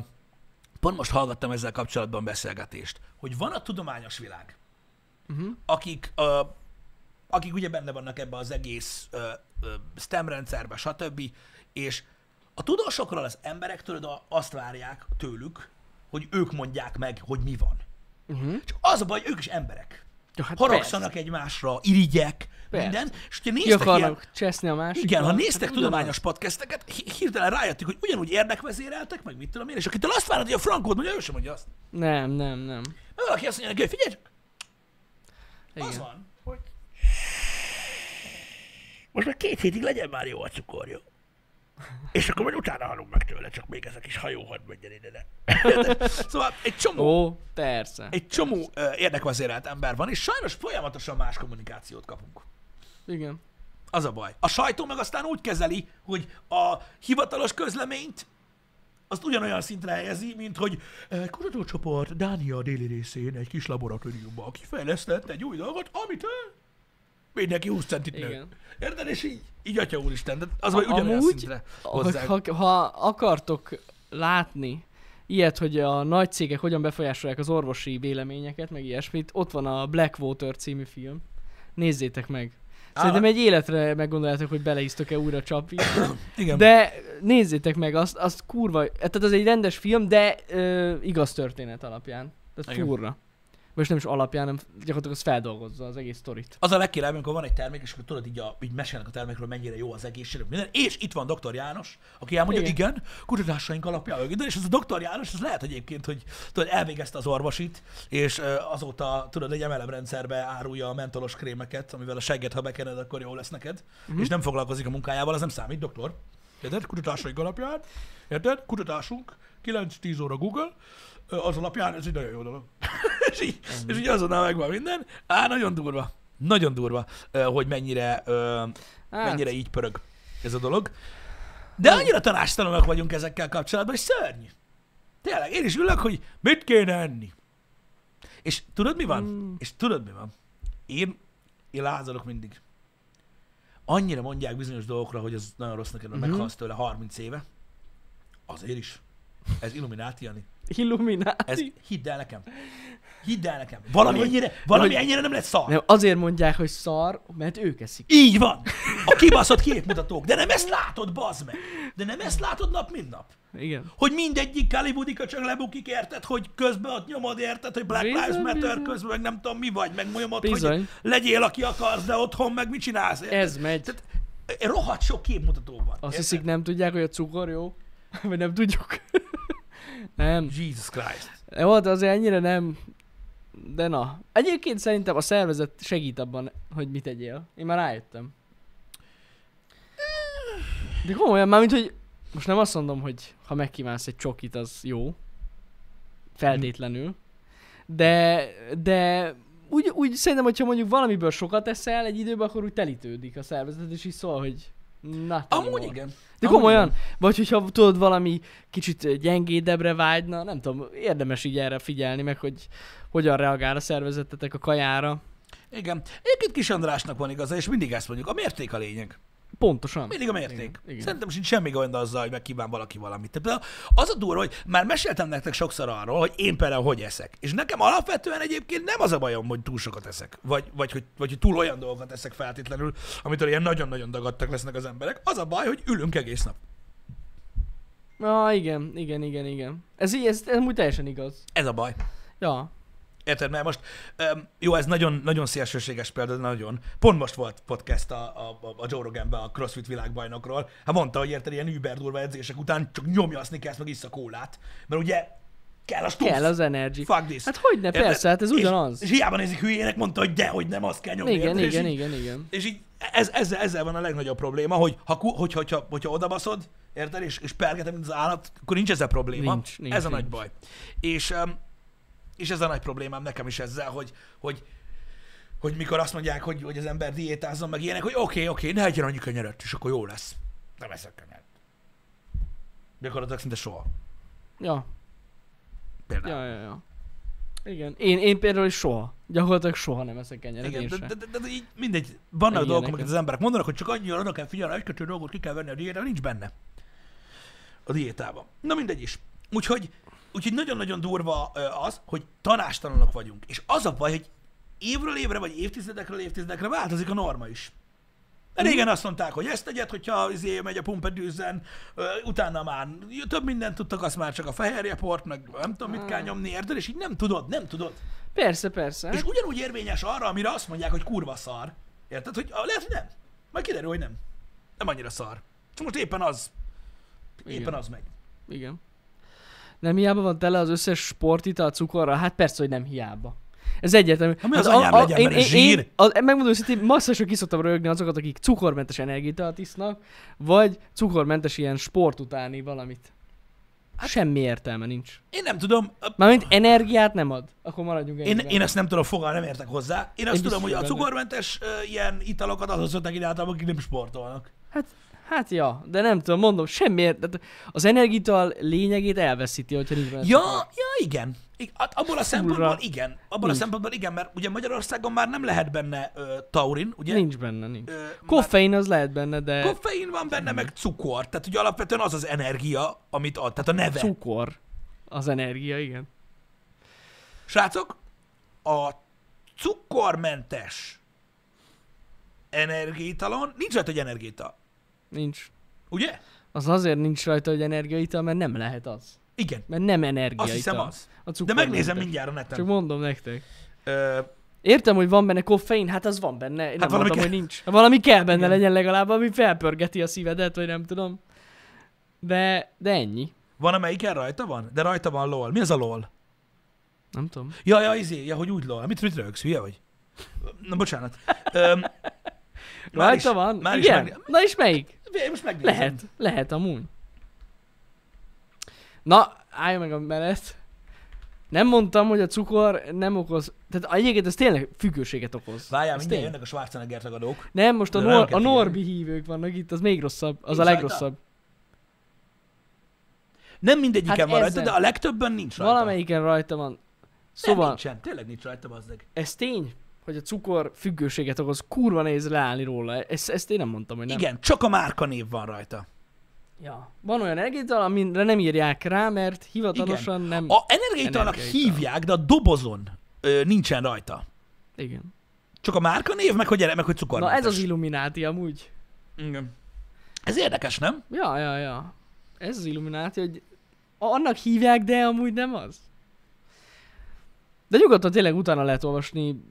B: pont most hallgattam ezzel kapcsolatban beszélgetést, hogy van a tudományos világ,
A: Mhm.
B: akik, ö, akik ugye benne vannak ebbe az egész ö, ö, STEM rendszerbe, stb. És a tudósokról az emberek, tudod, a- azt várják tőlük, hogy ők mondják meg, hogy mi van.
A: Uh-huh.
B: Csak az a baj, ők is emberek
A: Ja, hát persze.
B: haragszanak egymásra, irigyek,
A: Persze.
B: minden, és hogyha
A: Ki
B: néztek ilyen,
A: akarnak cseszni a másikra?
B: igen, ha néztek
A: hát ugyanaz.
B: tudományos podcasteket, hi- hirtelen rájöttük, hogy ugyanúgy érdekvezéreltek, meg mit tudom én, és akitől azt várod, hogy a frankód mondja, ő sem mondja azt.
A: Nem, nem, nem.
B: Mert valaki azt mondja neki, hogy figyelj, csak, az
A: Igen.
B: van, hogy most már két hétig legyen már jó a cukor, jó? És akkor majd utána halunk meg tőle, csak még ez a kis hajó hadd menjen ide, ne. <laughs> szóval egy csomó
A: Ó, persze.
B: egy csomó ö, érdekvezérelt ember van, és sajnos folyamatosan más kommunikációt kapunk.
A: Igen.
B: Az a baj. A sajtó meg aztán úgy kezeli, hogy a hivatalos közleményt azt ugyanolyan szintre helyezi, mint hogy egy kutatócsoport Dánia déli részén egy kis laboratóriumban kifejlesztett egy új dolgot, amit eh, mindenki 20 centit nő.
A: Igen.
B: Érted? És így, így atya úristen, de az vagy
A: A-
B: ugyanolyan
A: amúgy,
B: szintre
A: Hogy,
B: hozzá.
A: ha, ha akartok látni ilyet, hogy a nagy cégek hogyan befolyásolják az orvosi véleményeket, meg ilyesmit, ott van a Blackwater című film. Nézzétek meg. Szerintem egy életre meggondoljátok, hogy beleisztok-e újra csapvízbe.
B: <clears throat> Igen.
A: De nézzétek meg, azt, azt kurva, tehát az egy rendes film, de ö, igaz történet alapján. Tehát
B: Igen.
A: furra. Vagy nem is alapján, hanem gyakorlatilag az feldolgozza az egész sztorit. <laughs>
B: Az a legkirályabb, amikor van egy termék, és akkor tudod, így, a, így mesélnek a termékről, mennyire jó az egészségre, minden. És itt van dr. János, aki elmondja, igen,
A: Igen.
B: igen kutatásaink alapján, minden, és ez a dr. János, ez lehet egyébként, hogy tudod, elvégezte az orvosit, és ö, azóta tudod, egy emelemrendszerbe árulja a mentolos krémeket, amivel a segget, ha bekened, akkor jó lesz neked, és nem foglalkozik a munkájával, az nem számít, doktor. Érted? Kutatásaink alapján, érted? Kutatásunk, 9-10 óra Google, ö, az alapján ez egy nagyon jó dolog. <laughs> és, így, és így azonnal megvan minden. Á, nagyon durva. Nagyon durva, ö, hogy mennyire, ö,
A: Hát.
B: mennyire így pörög ez a dolog. De annyira tanástalanok vagyunk ezekkel kapcsolatban, hogy szörnyű. Tényleg, én is ülök, hogy mit kéne enni. És tudod, mi van?
A: Mm.
B: És tudod, mi van? Én, én lázadok mindig. Annyira mondják bizonyos dolgokra, hogy az nagyon rossz neked, mert
A: Mhm.
B: meghalsz tőle 30 éve. Azért is. Ez Illumináti, Jani.
A: Illumináti.
B: Ez, hidd el nekem. Hidd el nekem. Valami ennyire, valami ennyire nem lett szar.
A: Nem, azért mondják, hogy szar, mert ők eszik.
B: Így van! A kibaszott képmutatók. De nem ezt látod, bazd meg! De nem ezt látod nap, mint nap.
A: Igen.
B: Hogy mindegyik kalibudika csak lebukik, érted, hogy közben ott nyomod, érted, hogy Black
A: Bizony,
B: Lives Matter,
A: bizony.
B: közben meg nem tudom mi vagy, meg nyomod, hogy
A: Bizony.
B: legyél, aki akarsz, de otthon meg mit csinálsz, érted?
A: Ez megy.
B: Tehát eh, rohadt sok képmutató van.
A: Azt
B: érted?
A: hiszik, nem tudják, hogy a cukor jó? <laughs> Vagy nem tudjuk. <laughs> nem.
B: Jesus Christ.
A: Jó, de azért ennyire nem... De na. Egyébként szerintem a szervezet segít abban, hogy mit tegyél. Én már rájöttem. De komolyan, mármint, hogy most nem azt mondom, hogy ha megkívánsz egy csokit, az jó. Feltétlenül. De, de úgy, úgy szerintem, hogyha mondjuk valamiből sokat eszel egy időben, akkor úgy telítődik a szervezet, és így szól, hogy na,
B: Amúgy igen.
A: de
B: Amúgy
A: komolyan,
B: igen.
A: vagy hogyha tudod valami kicsit ö, gyengédebbre vágyna, nem tudom, érdemes így erre figyelni, meg hogy hogyan reagál a szervezetetek a kajára.
B: Igen. Egyébként Kis Andrásnak van igaza, és mindig ezt mondjuk. A mérték a lényeg.
A: Pontosan.
B: Mindig a mérték.
A: Igen, igen.
B: Szerintem sincs semmi gond azzal, hogy megkíván valaki valamit. Tehát például az a durva, hogy már meséltem nektek sokszor arról, hogy én például hogy eszek. És nekem alapvetően egyébként nem az a bajom, hogy túl sokat eszek, vagy, vagy, hogy, vagy hogy túl olyan dolgokat eszek feltétlenül, amitől ilyen nagyon-nagyon dagadtak lesznek az emberek. Az a baj, hogy ülünk egész nap.
A: Ah, igen, igen, igen, igen. Ez így, ez, ez úgy teljesen igaz.
B: Ez a baj.
A: Ja.
B: Érted? Mert most, öm, jó, ez nagyon, nagyon szélsőséges példa, de nagyon. Pont most volt podcast a, a, a- a Joe Roganben a CrossFit világbajnokról. Hát mondta, hogy érted, ilyen über durva edzések után csak nyomja a sneakers, meg isz a kólát. Mert ugye kell a stúf.
A: Kell az energy.
B: Fuck this.
A: Hát hogy ne,
B: Érted?
A: persze, hát ez
B: És-
A: ugyanaz.
B: És, hiába nézik hülyének, mondta, hogy de, hogy nem, azt kell nyomni.
A: Igen,
B: érted? És
A: igen,
B: így-
A: igen, igen.
B: és így ez, ezzel, ezzel van a legnagyobb probléma, hogy ha, ku- hogyha, hogyha, hogyha odabaszod, érted, és, és pergeted, mint az állat, akkor nincs ezzel probléma.
A: Nincs, nincs,
B: ez a nagy
A: nincs.
B: baj. És, em, és ez a nagy problémám nekem is ezzel, hogy, hogy, hogy mikor azt mondják, hogy, hogy az ember diétázzon, meg ilyenek, hogy oké, okay, oké, okay, ne egyen annyi kenyeret, és akkor jó lesz. Nem eszek kenyeret. Gyakorlatilag szinte soha.
A: Ja,
B: Például.
A: ja, ja, ja. Igen, én, én például soha, gyakorlatilag soha nem eszek kenyeret,
B: Igen,
A: én
B: de,
A: se.
B: de, de, de, így mindegy, vannak
A: Meg
B: dolgok,
A: ilyeneket.
B: amiket az emberek mondanak, hogy csak annyira oda kell figyelni, egy kötő dolgot ki kell venni a diétában, nincs benne a diétában. Na mindegy is. Úgyhogy, úgyhogy nagyon-nagyon durva ö, az, hogy tanástalanok vagyunk. És az a baj, hogy évről évre, vagy évtizedekről évtizedekre változik a norma is. Régen azt mondták, hogy ezt tegyed, hogyha izé megy a pumpedűzen, utána már több mindent tudtak, azt már csak a fehérjeport, meg nem tudom, mit kell nyomni, érted? És így nem tudod, nem tudod.
A: Persze, persze.
B: És ugyanúgy érvényes arra, amire azt mondják, hogy kurva szar. Érted? Hogy ah, lehet, hogy nem. Majd kiderül, hogy nem. Nem annyira szar. Csak most éppen az. Éppen
A: Igen.
B: az megy.
A: Igen. Nem hiába van tele az összes sportital cukorra? Hát persze, hogy nem hiába. Ez egyetemű.
B: mi az anyám legyen
A: én,
B: benne,
A: én,
B: zsír?
A: én, a, megmondom őszintén, masszasra ki szoktam rögni azokat, akik cukormentes energiát isznak, vagy cukormentes ilyen sport utáni valamit. Hát, Semmi értelme nincs.
B: Én nem tudom, ö,
A: Mármint energiát nem ad. Akkor maradjunk
B: én,
A: ennyiben.
B: én ezt nem tudom fogalni, nem értek hozzá. Én azt
A: Én
B: tudom,
A: biztos
B: hogy a
A: vagyok benne.
B: cukormentes ö, ilyen italokat az hozottak ide általában, akik nem sportolnak.
A: Hát, hát ja, de nem tudom, mondom, semmi értelme. Az energital lényegét elveszíti, hogyha nincs benne
B: Ja,
A: cukor.
B: ja, igen. I- hát Abból a szempontból igen. Abból a
A: Nincs.
B: szempontból igen, mert ugye Magyarországon már nem lehet benne ö, taurin, ugye?
A: Nincs benne, nincs.
B: Ö, már
A: Koffein az lehet benne, de
B: koffein van benne, meg cukor. Tehát ugye alapvetően az az energia, amit ad. Tehát a neve.
A: cukor az energia, igen.
B: Srácok, a cukormentes energiaitalon nincs rajta, hogy energiaital.
A: Nincs.
B: Ugye?
A: Az azért nincs rajta, hogy energiaital, mert nem lehet az.
B: Igen.
A: Mert nem energiaital.
B: Azt hiszem az. De
A: A cukor
B: megnézem
A: mentes.
B: mindjárt a
A: Csak
B: neten.
A: mondom nektek.
B: Ö,
A: Értem, hogy van benne koffein, hát az van benne. Én nem
B: valami
A: mondom,
B: kell.
A: hogy nincs. Hát Valami kell benne
B: Igen.
A: legyen legalább, ami felpörgeti a szívedet, vagy nem tudom. De, de ennyi.
B: Van amelyiken rajta van? De rajta van LOL. Mi az a LOL?
A: Nem tudom.
B: Ja, ja, izé, ja, hogy úgy LOL. Mit, mit rögsz, hülye vagy? Na, bocsánat.
A: <laughs>
B: Öm, már is-
A: Rajta van?
B: Már is
A: Igen?
B: meg...
A: Na és melyik?
B: Én most megnézem.
A: Lehet. Lehet amúgy. Na, állj meg a mellett. Nem mondtam, hogy a cukor nem okoz... Tehát egyébként ez tényleg függőséget okoz.
B: Várjál,
A: Ez
B: mindjárt
A: tény.
B: jönnek a Schwarzenegger tagadók.
A: Nem, most a,
B: De nem
A: nor-
B: kell
A: a Norbi hívők vannak itt, az még rosszabb. Az
B: Nincs
A: a
B: rajta?
A: legrosszabb.
B: Nem mindegyiken
A: Hát
B: van rajta,
A: ezen.
B: de a legtöbben nincs rajta.
A: Valamelyiken rajta van.
B: Szóval...
A: Szóval...
B: Nem, nincsen. Tényleg nincs rajta, bazdeg.
A: ez tény, hogy a cukor függőséget okoz, kurva nehéz leállni róla. Ezt, ezt én nem mondtam, hogy nem.
B: Igen, csak a márka név van rajta.
A: Ja. Van olyan energiaital, amire nem írják rá, mert hivatalosan Igen. nem...
B: A energiaitalnak
A: Energiaital.
B: hívják, de a dobozon ö, nincsen rajta.
A: Igen.
B: Csak a márka név, meg hogy, meg hogy
A: Na
B: cukormentes.
A: ez az Illumináti amúgy.
B: Igen. Ez érdekes, nem?
A: Ja, ja, ja. Ez az Illumináti, hogy a- annak hívják, de amúgy nem az. De nyugodtan tényleg utána lehet olvasni.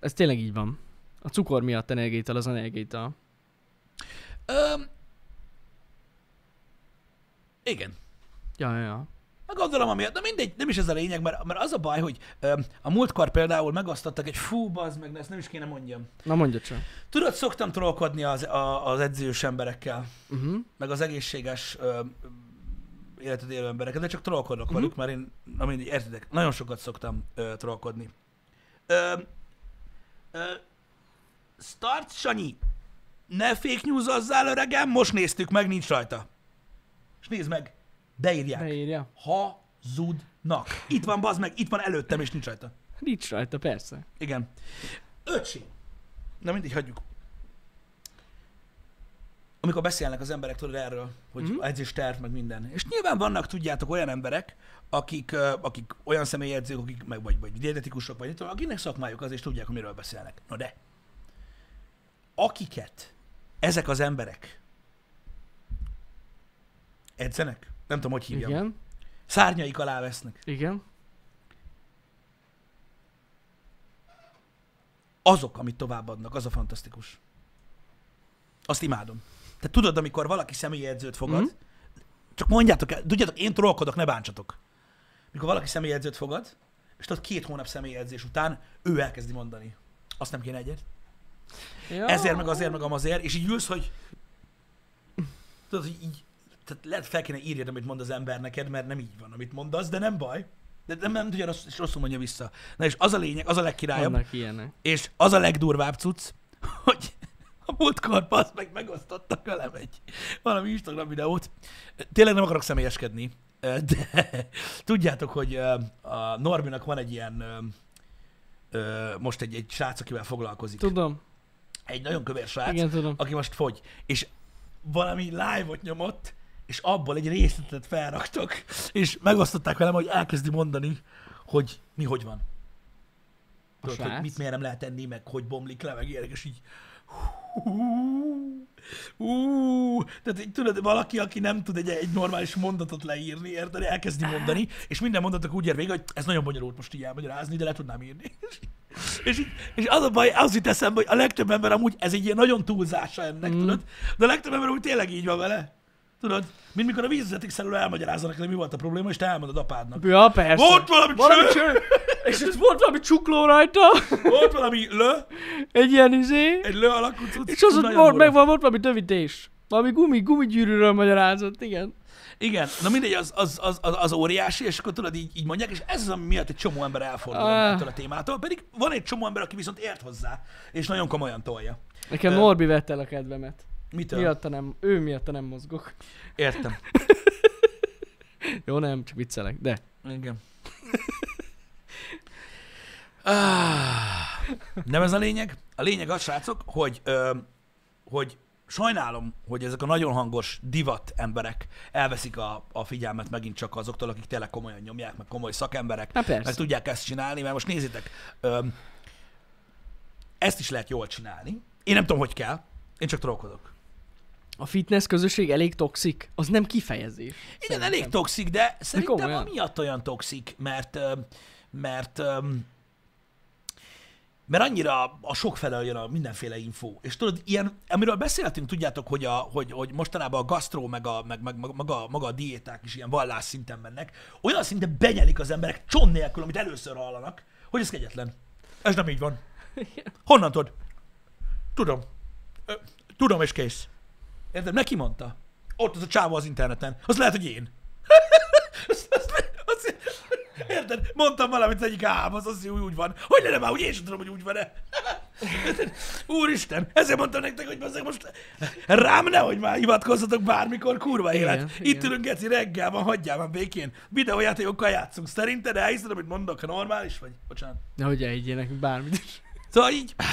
A: Ez tényleg így van. A cukor miatt energiaital az energiaital.
B: Öm... Igen.
A: Ja, ja, ja.
B: Na, Gondolom, amiatt, de mindegy, nem is ez a lényeg, mert, mert az a baj, hogy öm, a múltkor például megasztattak egy fú, bazd meg, de ezt nem is kéne mondjam.
A: Na mondja csak.
B: Tudod, szoktam trollkodni az, a, az edzős emberekkel,
A: Uh-huh.
B: meg az egészséges öm, életet élő embereket, de csak trollkodok velük, mert én, na mindegy, értitek, nagyon sokat szoktam ö, trollkodni. Öm, ö, start, Sanyi! Ne fake newsozzál, öregem, most néztük meg, nincs rajta. És nézd meg, beírják.
A: Beírja.
B: Hazudnak. Itt van, bazd meg, itt van előttem, és nincs rajta.
A: Nincs rajta, persze.
B: Igen. Öcsi! Na mindig hagyjuk. Amikor beszélnek az emberek, tudod erről, hogy
A: Mhm.
B: mm-hmm. edzés terv, meg minden. És nyilván vannak, tudjátok, olyan emberek, akik, ö, akik olyan személyedzők, akik, meg, vagy, vagy dietetikusok, vagy mit tudom, akiknek szakmájuk az, és tudják, hogy miről beszélnek. No de, akiket ezek az emberek edzenek, nem tudom, hogy hívjam,
A: Igen.
B: szárnyaik alá vesznek,
A: Igen.
B: azok, amit továbbadnak, az a fantasztikus. Azt imádom. Te tudod, amikor valaki személyi edzőt fogad,
A: Mhm.
B: mm-hmm. csak mondjátok el, tudjátok, én trollkodok, ne bántsatok. Mikor valaki személyi edzőt fogad, és tudod, két hónap személyi edzés után ő elkezdi mondani. Azt nem kéne egyet.
A: Ja.
B: Ezért, meg azért, meg amazért, és így ülsz, hogy tudod, hogy így, tehát lehet fel kéne írjad, amit mond az ember neked, mert nem így van, amit mondasz, de nem baj. De nem, nem tudja, rossz, és rosszul mondja vissza. Na és az a lényeg, az a legkirályabb,
A: Vannak ilyenek.
B: és az a legdurvább cucc, <laughs> hogy a múltkor passz meg megosztottak velem egy valami Instagram videót. Tényleg nem akarok személyeskedni, de <laughs> tudjátok, hogy ö, a Norminak van egy ilyen, ö, ö, most egy, egy srác, akivel foglalkozik.
A: Tudom,
B: Egy nagyon kövér srác,
A: hát, igen, tudom.
B: aki most fogy. És valami live-ot nyomott, és abból egy részletet felraktak, és megosztották velem, hogy elkezdi mondani, hogy mi hogy van.
A: A
B: Tudod, hogy
A: srác?
B: mit miért nem lehet enni, meg hogy bomlik le, meg ilyenek, és így... Hú, hú. Tehát így, tudod, valaki, aki nem tud egy, egy normális mondatot leírni, érted, elkezdi mondani, és minden mondatok úgy ér vége, hogy ez nagyon bonyolult most így elmagyarázni, de le tudnám írni. És, és, így- és az a baj, az jut eszembe, hogy a legtöbb ember amúgy, ez egy ilyen nagyon túlzása ennek, mm. tudod, de a legtöbb ember úgy tényleg így van vele. Tudod, mint mikor a vízvezeték szerelő elmagyarázzanak, hogy mi volt a probléma, és te elmondod apádnak.
A: Ja, persze.
B: Volt valami
A: valami
B: cső!
A: cső. És itt volt valami csukló rajta.
B: Volt valami lö,
A: Egy ilyen izé.
B: egy lő alakú cucc.
A: És az ott
B: nagyon
A: volt,
B: durva.
A: meg volt valami tövítés. Valami gumi, gumigyűrűről magyarázott, igen.
B: Igen, na mindegy, az, az, az, az, az óriási, és akkor tudod, így, így mondják, és ez az, ami miatt egy csomó ember elfordul
A: Ah.
B: uh. ettől a témától, pedig van egy csomó ember, aki viszont ért hozzá, és nagyon komolyan tolja.
A: Nekem
B: Ö,
A: Norbi vett el a kedvemet.
B: Mitől?
A: Miatta nem, ő miatta nem mozgok.
B: Értem.
A: Jó, nem, csak viccelek, de.
B: Igen. <laughs> Ah, nem ez a lényeg. A lényeg az, srácok, hogy, ö, hogy sajnálom, hogy ezek a nagyon hangos divat emberek elveszik a, a figyelmet megint csak azoktól, akik tényleg komolyan nyomják, meg komoly szakemberek,
A: Hát persze.
B: meg tudják ezt csinálni, mert most nézzétek, ö, ezt is lehet jól csinálni. Én nem tudom, hogy kell, én csak trollkodok.
A: A fitness közösség elég toxik, az nem kifejezés.
B: Igen,
A: Szerintem.
B: elég toxik, de szerintem
A: komolyan.
B: amiatt olyan toxik, mert ö, mert öm, mert annyira a sok felől jön a mindenféle info. És tudod, ilyen, amiről beszéltünk, tudjátok, hogy, a, hogy, hogy mostanában a gasztró, meg, a, meg, meg meg maga, maga a diéták is ilyen vallás szinten mennek, olyan szinten benyelik az emberek cson nélkül, amit először hallanak, hogy ez kegyetlen. Ez nem így van. Honnan tudod? Tudom. Ö, Tudom és kész. Érted? Neki mondta. Ott az a csávó az interneten. Az lehet, hogy én. <laughs> Azt- azt- azt- Érted? Mondtam valamit az egyik ám, az az úgy, úgy van. Hogy lenne már, hogy én sem tudom, hogy úgy van-e. <laughs> Érted? Úristen, ezért mondtam nektek, hogy bazzeg most rám nehogy már hivatkozzatok bármikor, kurva élet.
A: Igen,
B: Itt
A: igen.
B: ülünk, Geci, reggel van, hagyjál már békén. Videójátékokkal játszunk. Szerinted elhiszed, amit mondok, ha normális vagy? Bocsánat.
A: Nehogy elhiggyél nekünk bármit is.
B: Szóval így...
A: Ah.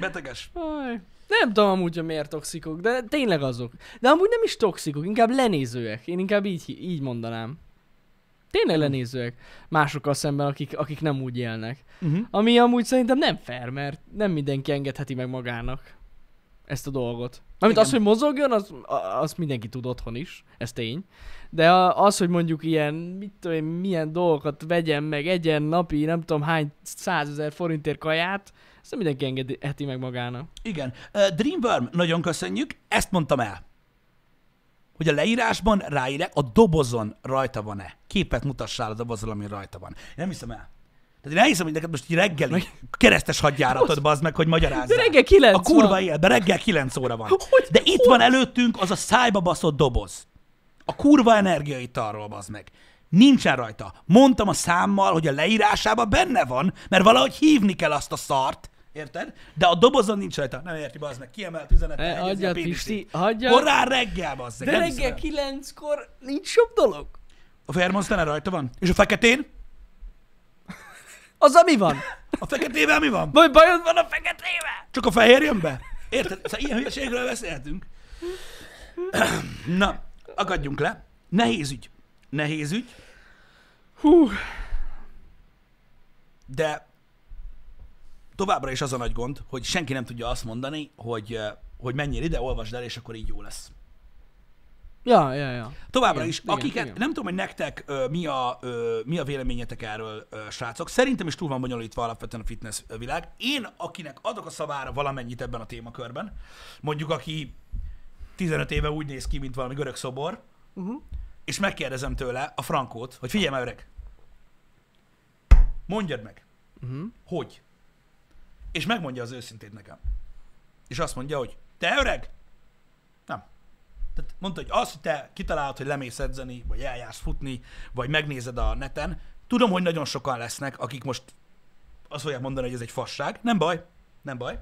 B: Beteges.
A: Aj. Nem tudom amúgy, hogy miért toxikok, de tényleg azok. De amúgy nem is toxikok, inkább lenézőek. Én inkább így, így mondanám.
B: Hm.
A: Tényleg lenézőek másokkal szemben, akik, akik nem úgy élnek.
B: Uh-huh.
A: Ami amúgy szerintem nem fair, mert nem mindenki engedheti meg magának ezt a dolgot. Mármint
B: Igen.
A: az, hogy mozogjon, az, a- azt mindenki tud otthon is, ez tény. De a- az, hogy mondjuk ilyen, mit tudom én, milyen dolgokat vegyen meg egyen napi, nem tudom hány százezer forintért kaját, ezt nem mindenki engedheti meg magának.
B: Igen. Ö, Dreamworm, nagyon köszönjük. Ezt mondtam el, hogy a leírásban ráírek, a dobozon rajta van-e. Képet mutassál a dobozon, ami rajta van. Én nem hiszem el. Tehát én elhiszem, hogy neked most így reggeli meg... keresztes hadjáratod, bazd meg, hogy
A: De
B: magyarázzál.
A: reggel kilenc
B: A kurva
A: van.
B: életben reggel 9 óra van.
A: Hogy-
B: De itt van előttünk az a szájba baszott doboz. A kurva energiaitalról bazd meg. Nincsen rajta. Mondtam a számmal, hogy a leírásában benne van, mert valahogy hívni kell azt a szart. Érted? De a dobozon nincs rajta. Nem érti, bazd meg. Kiemelt üzenet.
A: E, hagyja, Pisti, hagyja.
B: Korán reggel, bazd meg.
A: De
B: nem hiszem
A: reggel
B: el.
A: kilenckor nincs jobb dolog.
B: A Fairmonster rajta van? És a feketén?
A: Az ami
B: <laughs>
A: van?
B: A feketével mi van?
A: Vagy bajod van a feketével?
B: Csak a fehér jön be? Érted? Szóval ilyen hülyeségről beszélhetünk. Na, akadjunk le. Nehéz ügy. Nehéz ügy,
A: Hú,
B: de továbbra is az a nagy gond, hogy senki nem tudja azt mondani, hogy, eh, hogy menjél ide, olvasd el, és akkor így jó lesz.
A: Ja, ja, ja.
B: Továbbra
A: Igen,
B: is,
A: igen,
B: akiket,
A: igen.
B: nem tudom, hogy nektek ö, mi, a, ö, mi a véleményetek erről, ö, srácok. Szerintem is túl van bonyolítva alapvetően a fitness világ. Én, akinek adok a szavára valamennyit ebben a témakörben, mondjuk aki 15 éve úgy néz ki, mint valami görög szobor, uh-huh. és megkérdezem tőle a frankót, hogy figyelj már öreg, mondjad meg, uh-huh. hogy, és megmondja az őszintét nekem. És azt mondja, hogy te öreg, tehát mondta, hogy az, hogy te kitalálod, hogy lemész edzeni, vagy eljársz futni, vagy megnézed a neten, tudom, hogy nagyon sokan lesznek, akik most azt fogják mondani, hogy ez egy fasság. Nem baj, nem baj.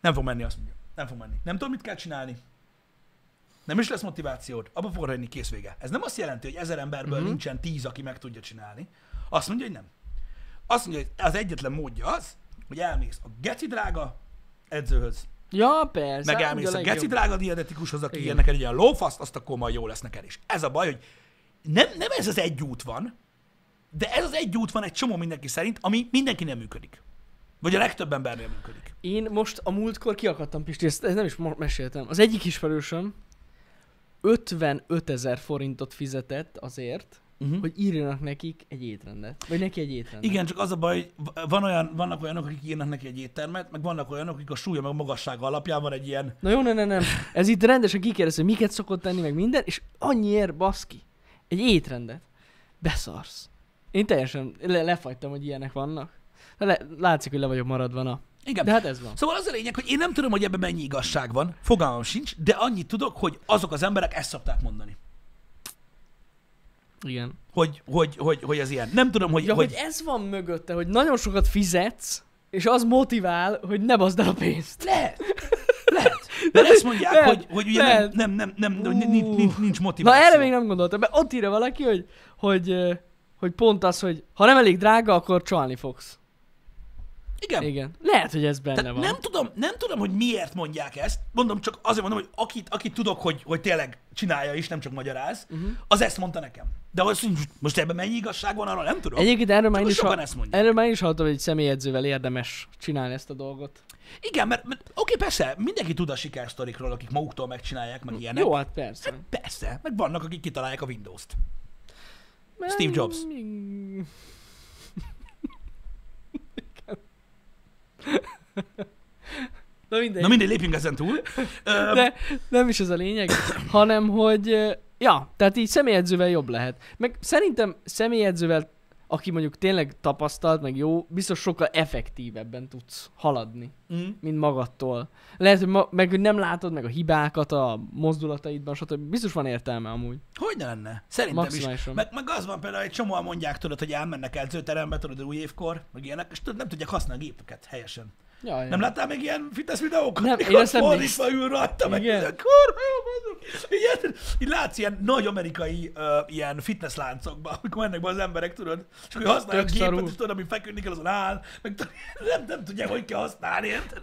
B: Nem fog menni, azt mondja. Nem fog menni. Nem tudom, mit kell csinálni. Nem is lesz motivációd. Abba fog lenni kész vége. Ez nem azt jelenti, hogy ezer emberből mm-hmm. nincsen tíz, aki meg tudja csinálni. Azt mondja, hogy nem. Azt mondja, hogy az egyetlen módja az, hogy elmész a geci drága edzőhöz,
A: Ja, persze. hát
B: meg
A: amúgy
B: elmész a geci
A: legjobb.
B: drága dietetikushoz, aki
A: Igen.
B: ilyen neked egy ilyen lófaszt, azt akkor majd jó lesz neked is. Ez a baj, hogy nem, nem ez az egy út van, de ez az egy út van egy csomó mindenki szerint, ami mindenki nem működik. Vagy a legtöbb embernél működik.
A: Én most a múltkor kiakadtam, Pisti, ezt, ezt nem is mo- meséltem. Az egyik ismerősöm 55 ezer forintot fizetett azért, uh-huh. hogy írjanak nekik egy étrendet. Vagy neki egy étrendet.
B: Igen, csak az a baj, hogy v- van olyan, vannak olyanok, akik írnak neki egy éttermet, meg vannak olyanok, akik a súlya meg a magassága alapján van egy ilyen...
A: Na jó, nem, nem, nem. Ez itt rendesen kikérdez, hogy miket szokott tenni, meg minden, és annyiért baszki. Egy étrendet. Beszarsz. Én teljesen le- lefagytam, hogy ilyenek vannak. Le- látszik, hogy le vagyok maradva, na.
B: Igen.
A: De hát ez van.
B: Szóval az a lényeg, hogy én nem tudom, hogy ebben mennyi igazság van, fogalmam sincs, de annyit tudok, hogy azok az emberek ezt szokták mondani.
A: Igen.
B: Hogy, hogy, hogy, hogy ez ilyen. Nem tudom, hogy...
A: Ja, hogy ez van mögötte, hogy nagyon sokat fizetsz, és az motivál, hogy ne bazd el a pénzt. <laughs>
B: Lehet. Lehet. Mert ezt mondják,
A: Lehet.
B: hogy, hogy ugye nem,
A: Lehet.
B: nem, nem, nem, hogy nincs, nincs, nincs
A: Na
B: motiváció.
A: erre még nem gondoltam, mert ott írja valaki, hogy, hogy, ö, hogy pont az, hogy ha nem elég drága, akkor csalni fogsz.
B: Igen.
A: Igen. Lehet, hogy ez benne
B: Tehát
A: van.
B: nem tudom, nem tudom, hogy miért mondják ezt. Mondom, csak azért mondom, hogy akit, akit tudok, hogy, hogy tényleg csinálja és nem csak magyaráz,
A: Mhm.
B: uh-huh. az ezt mondta nekem. De az, hogy most ebben mennyi igazság van, arról nem tudom.
A: Egyébként erről már, én
B: Csak
A: is
B: sokan
A: ha-
B: ezt mondják.
A: erről már én is hallottam, hogy egy személyedzővel érdemes csinálni ezt a dolgot.
B: Igen, mert, mert oké, persze, mindenki tud a sikersztorikról, akik maguktól megcsinálják, meg ilyenek.
A: Jó, hát persze.
B: Persze, meg vannak, akik kitalálják a Windows-t. Steve Jobs.
A: Mm. <laughs> Na mindegy.
B: Na mindegy, lépjünk ezen
A: <laughs>
B: túl. Ö,
A: De nem is ez a lényeg, hanem hogy, ö, ja, tehát így személyedzővel jobb lehet. Meg szerintem személyedzővel, aki mondjuk tényleg tapasztalt, meg jó, biztos sokkal effektívebben tudsz haladni,
B: Mm.
A: mint magadtól. Lehet, hogy ma, meg hogy nem látod meg a hibákat a mozdulataidban, stb. Biztos van értelme amúgy.
B: Hogy ne lenne? Szerintem is.
A: Maximálisan.
B: Meg, meg az van például, hogy csomóan mondják, tudod, hogy elmennek edzőterembe, tudod, új évkor, meg ilyenek, és tudod, nem tudják használni a gépüket helyesen.
A: Ja, ja.
B: Nem láttál még ilyen fitness videókat?
A: Nem, én
B: Mikor
A: ezt nem
B: fordítva ül rajta, meg
A: Igen.
B: Igen. kurva jó mondom. Így érted? Így látsz ilyen nagy amerikai ö, ilyen fitness láncokba, amikor mennek be az emberek, tudod, és akkor használják a
A: Tök
B: gépet,
A: szarú.
B: és tudod, ami feküdni kell, azon áll, meg tudod, nem, nem tudják, hogy kell használni, érted?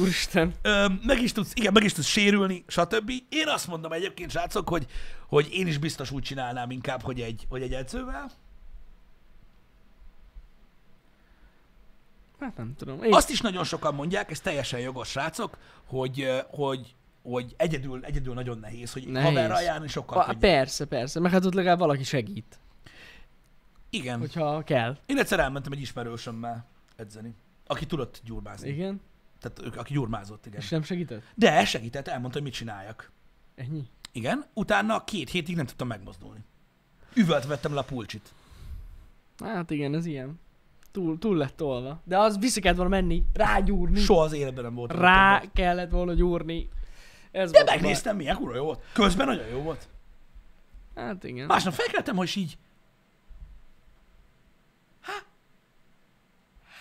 A: Úristen.
B: Ö, meg is tudsz, igen, meg is tudsz sérülni, stb. Én azt mondom egyébként, srácok, hogy, hogy én is biztos úgy csinálnám inkább, hogy egy, hogy egy edzővel.
A: Hát nem tudom. Én...
B: Azt is nagyon sokan mondják, ez teljesen jogos, srácok, hogy, ö, hogy, hogy egyedül, egyedül nagyon nehéz, hogy
A: Nehéz.
B: nehéz. haverra járni sokkal
A: a,
B: könnyebb.
A: persze, persze. Meg hát ott legalább valaki segít,
B: Igen. Hogy...
A: hogyha kell.
B: Én egyszer elmentem egy ismerősömmel edzeni, aki tudott gyurmázni. Igen.
A: Igen?
B: Tehát ők, aki gyurmázott, igen.
A: És nem segített?
B: De segített, elmondta, hogy mit csináljak.
A: Ennyi?
B: Igen, utána két hétig nem tudtam megmozdulni. Üvölt vettem le a pulcsit.
A: Hát igen, ez ilyen. Túl, túl lett tolva. De az vissza kellett volna menni, rágyúrni.
B: Soha az életben nem volt.
A: Rá kellett volna gyúrni. Ez
B: De
A: volt a baj.
B: megnéztem, milyen kurva jó volt. Közben nagyon jó volt.
A: Hát igen.
B: Másnap felkeltem, hogy így...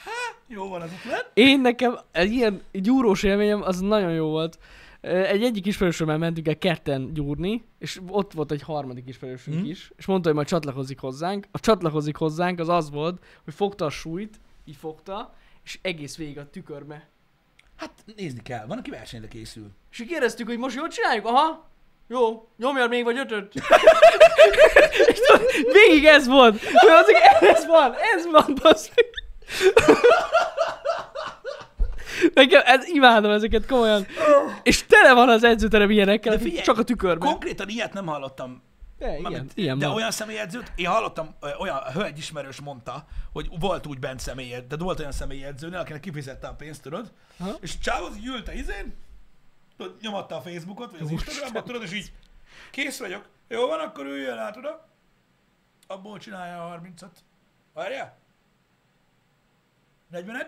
B: Há? Há? Jó van az ötlet.
A: Én nekem egy ilyen gyúrós élményem, az nagyon jó volt. Ö, Egy egyik ismerősömmel mentünk el ketten gyúrni, és ott volt egy harmadik ismerősünk
B: Mhm.
A: is, és mondta, hogy majd csatlakozik hozzánk. A csatlakozik hozzánk az az volt, hogy fogta a súlyt, így fogta, és egész végig a tükörbe.
B: Hát nézni kell, van, aki versenyre készül.
A: És így kérdeztük, hogy most jól csináljuk? Aha, jó, nyomjad még vagy ötöt. <laughs> és tudod, végig ez volt. Hogy az, ez van, ez van, bassz. Nekem ez, imádom ezeket komolyan. És tele van az edzőterem ilyenekkel,
B: De
A: akik
B: figyelj,
A: csak a tükörben.
B: Konkrétan ilyet nem hallottam.
A: de, igen,
B: Mármint-
A: ilyen
B: de
A: van.
B: olyan személyedzőt, én hallottam, ö, olyan a hölgy ismerős mondta, hogy volt úgy bent személyed, de volt olyan személyedzőnél, akinek kifizette a pénzt, tudod,
A: Aha.
B: és Csáv az így ült a izén, tudod, nyomatta a Facebookot, vagy az
A: Úristen.
B: Instagramot, tudod, és így kész vagyok. Jó van, akkor üljön át oda. Abból csinálja a 30-at. Várjál? 40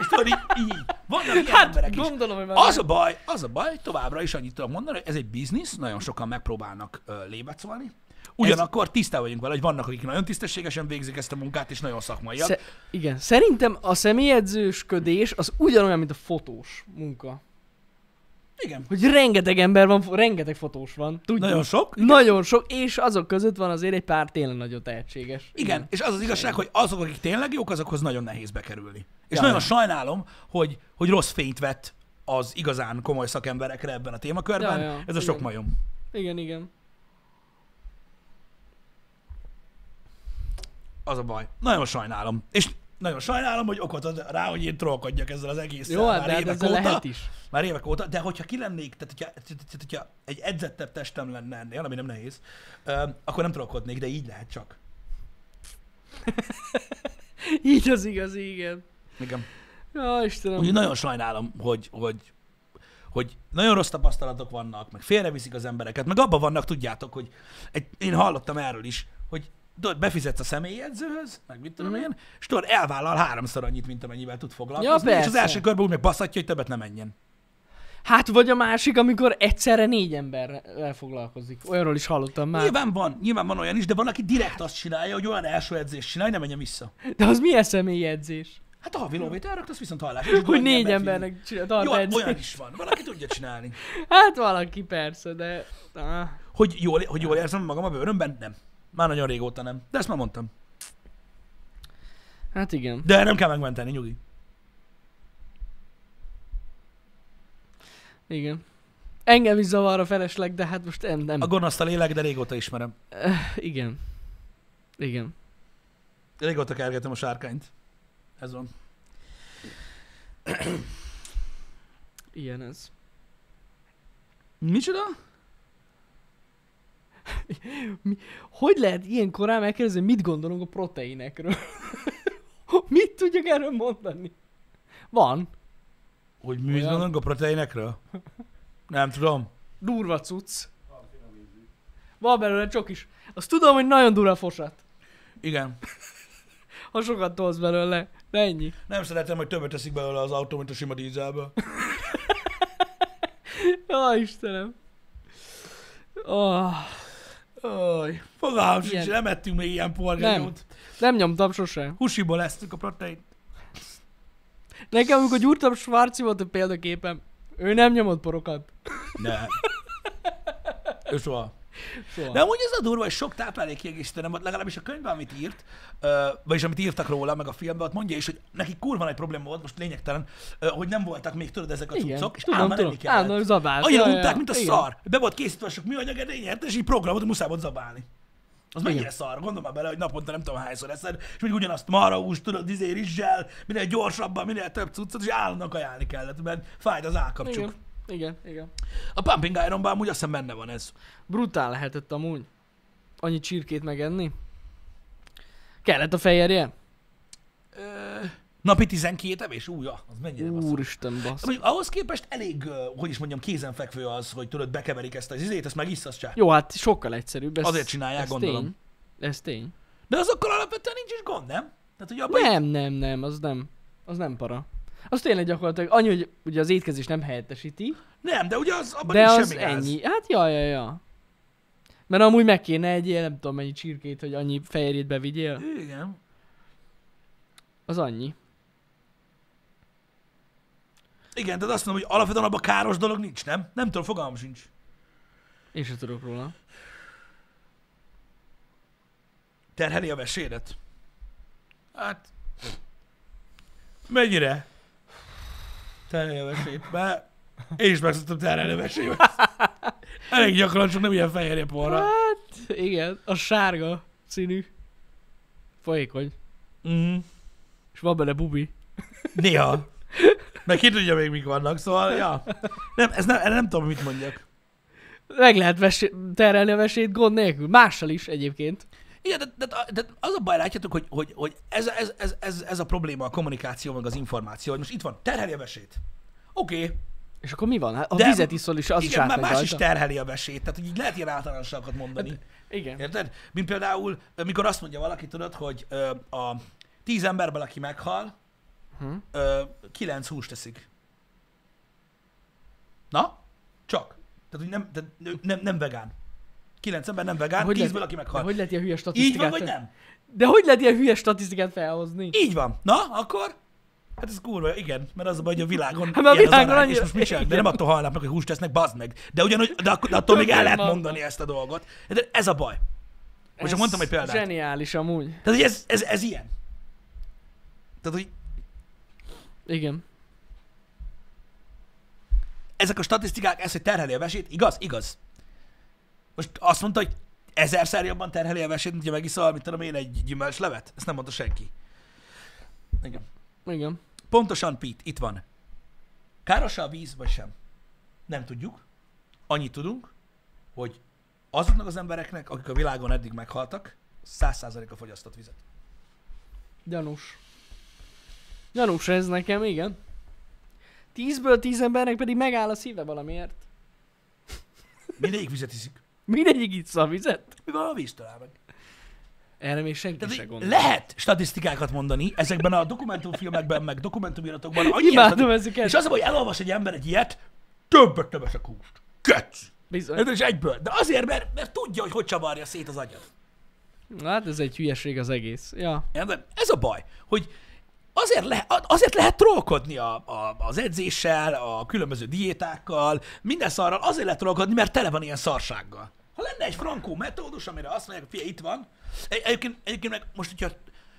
B: És tudod, így, így. Vannak ilyen emberek
A: Hát,
B: is.
A: gondolom, hogy már
B: Az a baj, az a baj, továbbra is annyit tudok mondani, hogy ez egy biznisz, nagyon sokan megpróbálnak uh, lébecolni. Ugyanakkor tisztában vagyunk vele, hogy vannak, akik nagyon tisztességesen végzik ezt a munkát, és nagyon szakmaiak.
A: Sze- igen, szerintem a személyedzősködés az ugyanolyan, mint a fotós munka.
B: Igen.
A: Hogy rengeteg ember van, fo- rengeteg fotós van. Tudjuk.
B: Nagyon sok.
A: Nagyon sok, és azok között van azért egy pár tényleg nagyon tehetséges.
B: Igen, és az az igazság, hogy azok, akik tényleg jók, azokhoz nagyon nehéz bekerülni. És
A: Ja,
B: nagyon
A: ja.
B: sajnálom, hogy, hogy rossz fényt vett az igazán komoly szakemberekre ebben a témakörben.
A: Ja, ja,
B: Ez a sok
A: igen.
B: majom.
A: Igen, igen.
B: Az a baj. Nagyon sajnálom. És nagyon sajnálom, hogy okot ad rá, hogy én trollkodjak ezzel az egész
A: Jó, hát de hát ezzel lehet is.
B: Már évek óta, de hogyha ki lennék, tehát hogyha, tehát, tehát, hogyha egy edzettebb testem lenne ennél, ami nem nehéz, öm, akkor nem trollkodnék, de így lehet csak.
A: Így az igaz, igen.
B: Igen.
A: Ja, Istenem.
B: Úgyhogy nagyon sajnálom, hogy, hogy, hogy nagyon rossz tapasztalatok vannak, meg félreviszik az embereket, meg abban vannak, tudjátok, hogy egy, én hallottam erről is, hogy tudod, befizetsz a személyedzőhöz, meg mit tudom
A: Mhm.
B: én, és tudod, elvállal háromszor annyit, mint amennyivel tud foglalkozni, és az
A: persze.
B: első körben úgy meg baszatja, hogy többet nem menjen.
A: Hát vagy a másik, amikor egyszerre négy emberrel foglalkozik. Olyanról is hallottam már.
B: Nyilván van, nyilván van olyan is, de van, aki direkt azt csinálja, hogy olyan első edzést csinálj, ne menjen vissza.
A: De az milyen személyedzés?
B: Hát a havi lóvét elraktasz, viszont hallás. és akkor
A: Hogy
B: annyi
A: négy
B: embert fizetsz.
A: embernek csinál, tart
B: Jó, hát
A: edzést.
B: olyan is van. Valaki tudja csinálni.
A: Hát valaki persze, de... Ah.
B: Hogy jól, hogy jól érzem magam a bőrömben? Nem. Már nagyon régóta nem. De ezt már mondtam.
A: Hát igen.
B: De nem kell megmenteni, nyugi.
A: Igen. Engem is zavar a felesleg, de hát most nem, nem.
B: A gonoszt a lélek, de régóta ismerem.
A: Igen. Igen.
B: Régóta kergetem a sárkányt. Ez van.
A: Ilyen ez.
B: Micsoda?
A: Hogy lehet ilyen korán megkérdezni, mit gondolunk a proteinekről? <laughs> mit tudjuk erről mondani? Van.
B: Hogy mi
A: Olyan?
B: gondolunk a proteinekről? Nem tudom.
A: Durva cucc. Van belőle csak is. Azt tudom, hogy nagyon durva fosat.
B: Igen.
A: Ha sokat tolsz belőle. De ennyi.
B: Nem szeretem, hogy többet teszik belőle az autó, mint a sima dízelből.
A: Ó, Istenem. Oh,
B: Aj, fogalmam sincs,
A: Ilyen.
B: nem ettünk még ilyen porgányót.
A: nem nyomtam sose.
B: Husiból lesztük a protein.
A: Nekem, amikor gyúrtam Schwarzi volt a példaképem, ő nem nyomott porokat.
B: Nem. Ő szóval- soha.
A: Soha.
B: De amúgy ez a durva, hogy sok táplálékkiegészítő nem ad, legalábbis a könyvben, amit írt, ö, vagyis amit írtak róla, meg a filmben, ott mondja is, hogy neki kurva nagy probléma volt, most lényegtelen, ö, hogy nem voltak még, tudod, ezek a
A: Igen,
B: cuccok, és
A: tudom,
B: állandóan
A: tudom.
B: enni kellett.
A: Állandóan zabált.
B: Annyira
A: Ja, ja,
B: unták, mint a
A: igen.
B: szar. Be volt készítve a sok műanyag edényért, és így programot muszáj volt zabálni. Az mennyire szar, gondolom már bele, hogy naponta nem tudom hányszor eszed, és mindig ugyanazt marhaús, tudod, izé rizssel, minél gyorsabban, minél több cuccot, és állandóan ajánlni kellett, mert fájt az állkapcsuk.
A: Igen, igen, igen.
B: A Pumping Ironban amúgy azt hiszem benne van ez.
A: Brutál lehetett amúgy. Annyi csirkét megenni. Kellett a fehérje?
B: Ö, napi 12 evés? Úja, az mennyire basszus.
A: Úristen, bassz.
B: Mondjuk ahhoz képest elég, ö, hogy is mondjam, kézenfekvő az, hogy tudod, bekeverik ezt az izét, ezt meg iszhatsz csak.
A: Jó, hát sokkal egyszerűbb. Ez,
B: Azért csinálják,
A: ez
B: gondolom.
A: Tény. Ez tény.
B: De azokkal alapvetően nincs is gond, nem? Tehát, hogy abban
A: Nem, nem, nem, az nem. Az nem para. Az tényleg gyakorlatilag annyi, hogy ugye az étkezés nem helyettesíti,
B: nem, de ugye az, abban
A: de
B: nincs
A: az
B: semmi gáz.
A: ennyi. Hát ja, ja, ja. Mert amúgy meg kéne egy ilyen, nem tudom mennyi csirkét, hogy annyi fehérjét bevigyél.
B: Igen.
A: Az annyi.
B: Igen, tehát azt mondom, hogy alapvetően abban káros dolog nincs, nem? Nem tudom, fogalmam sincs.
A: Én sem tudok róla.
B: Terheli a vesédet. Hát... Mennyire? Terheli a vesét, mert én is meg szoktam terhelni a
A: <laughs>
B: vesémet. Elég gyakran, csak nem ilyen fehérje porra.
A: Hát, igen, a sárga színű. Folyékony.
B: Mm.
A: És van benne bubi.
B: Néha. Meg ki tudja még mik vannak, szóval, ja. Nem, ez nem, erre nem tudom, mit mondjak.
A: Meg lehet vesé- terelni a vesét gond nélkül. Mással is egyébként.
B: Igen, de, de, de az a baj, látjátok, hogy, hogy, hogy ez, ez, ez, ez, ez, a probléma a kommunikáció, meg az információ, hogy most itt van, terheli a vesét. Oké, okay.
A: És akkor mi van? Hát, ha
B: De-
A: vizet iszol is, az is
B: igen, már
A: átmegy
B: más is
A: rajta. Hát,
B: terheli a vesét, tehát hogy így lehet ilyen általánosságokat mondani.
A: Igen.
B: Érted? Mint például, mikor azt mondja valaki, tudod, hogy ö, a tíz emberből, aki meghal,
A: Hm.
B: ö, kilenc húst teszik. Na? Csak. Tehát, hogy nem, tehát ő nem, nem vegán. Kilenc ember nem vegán,
A: Hogy
B: hogy
A: lehet-
B: tízből, aki
A: De
B: meghal.
A: hogy lehet ilyen hülye
B: Így van,
A: statisztikát?
B: vagy nem?
A: De hogy lehet ilyen hülye statisztikát felhozni?
B: Így van. Na, akkor? Hát ez kurva, igen, mert az a baj, hogy a világon
A: Hát, mert a
B: ilyen az
A: világon
B: arány, és
A: annyira-
B: most mit csinálunk, de nem
A: igen.
B: attól halnak meg, hogy húst tesznek, bazd meg. De, ugyanúgy, de, ak- de attól még el lehet
A: Tökéletlen.
B: mondani ezt a dolgot. De ez a baj. Most
A: Ez
B: csak mondtam egy példát.
A: Zseniális amúgy.
B: Tehát, hogy ez, ez, ez ilyen. Tehát, hogy
A: Igen.
B: ezek a statisztikák, ez, hogy terheli a vesét, igaz? Igaz. Most azt mondta, hogy ezerszer jobban terheli a vesét, mint hogyha megiszol, mint tudom én, egy gyümölcslevet? Ezt nem mondta senki. Igen.
A: Igen.
B: Pontosan, Pete, itt van. Káros a víz, vagy sem? Nem tudjuk. Annyit tudunk, hogy azoknak az embereknek, akik a világon eddig meghaltak, 100%-a fogyasztott vizet.
A: Gyanús. Gyanús ez nekem, igen. Tízből tíz embernek pedig megáll a szíve valamiért.
B: Mindegyik vizet iszik.
A: Mindegyik itt a vizet.
B: Mi van, a víz talál meg?
A: Erre még senki
B: Tehát
A: se
B: így
A: gondol.
B: lehet statisztikákat mondani ezekben a dokumentumfilmekben, meg dokumentumiratokban. annyi
A: Imádom
B: érted-
A: ezeket.
B: És az, a baj, hogy elolvas egy ember egy ilyet, többet nem eszek húst. Kötsz.
A: Bizony.
B: Ez is egyből. De azért, mert, mert tudja, hogy hogy csavarja szét az agyat.
A: Hát ez egy hülyeség az egész. Ja.
B: Érted? Ez a baj, hogy azért, le, azért lehet trollkodni a, a, az edzéssel, a különböző diétákkal, minden szarral, azért lehet trollkodni, mert tele van ilyen szarsággal. Ha lenne egy frankó metódus, amire azt mondják, hogy itt van, egy, egyébként, egyébként meg most, hogyha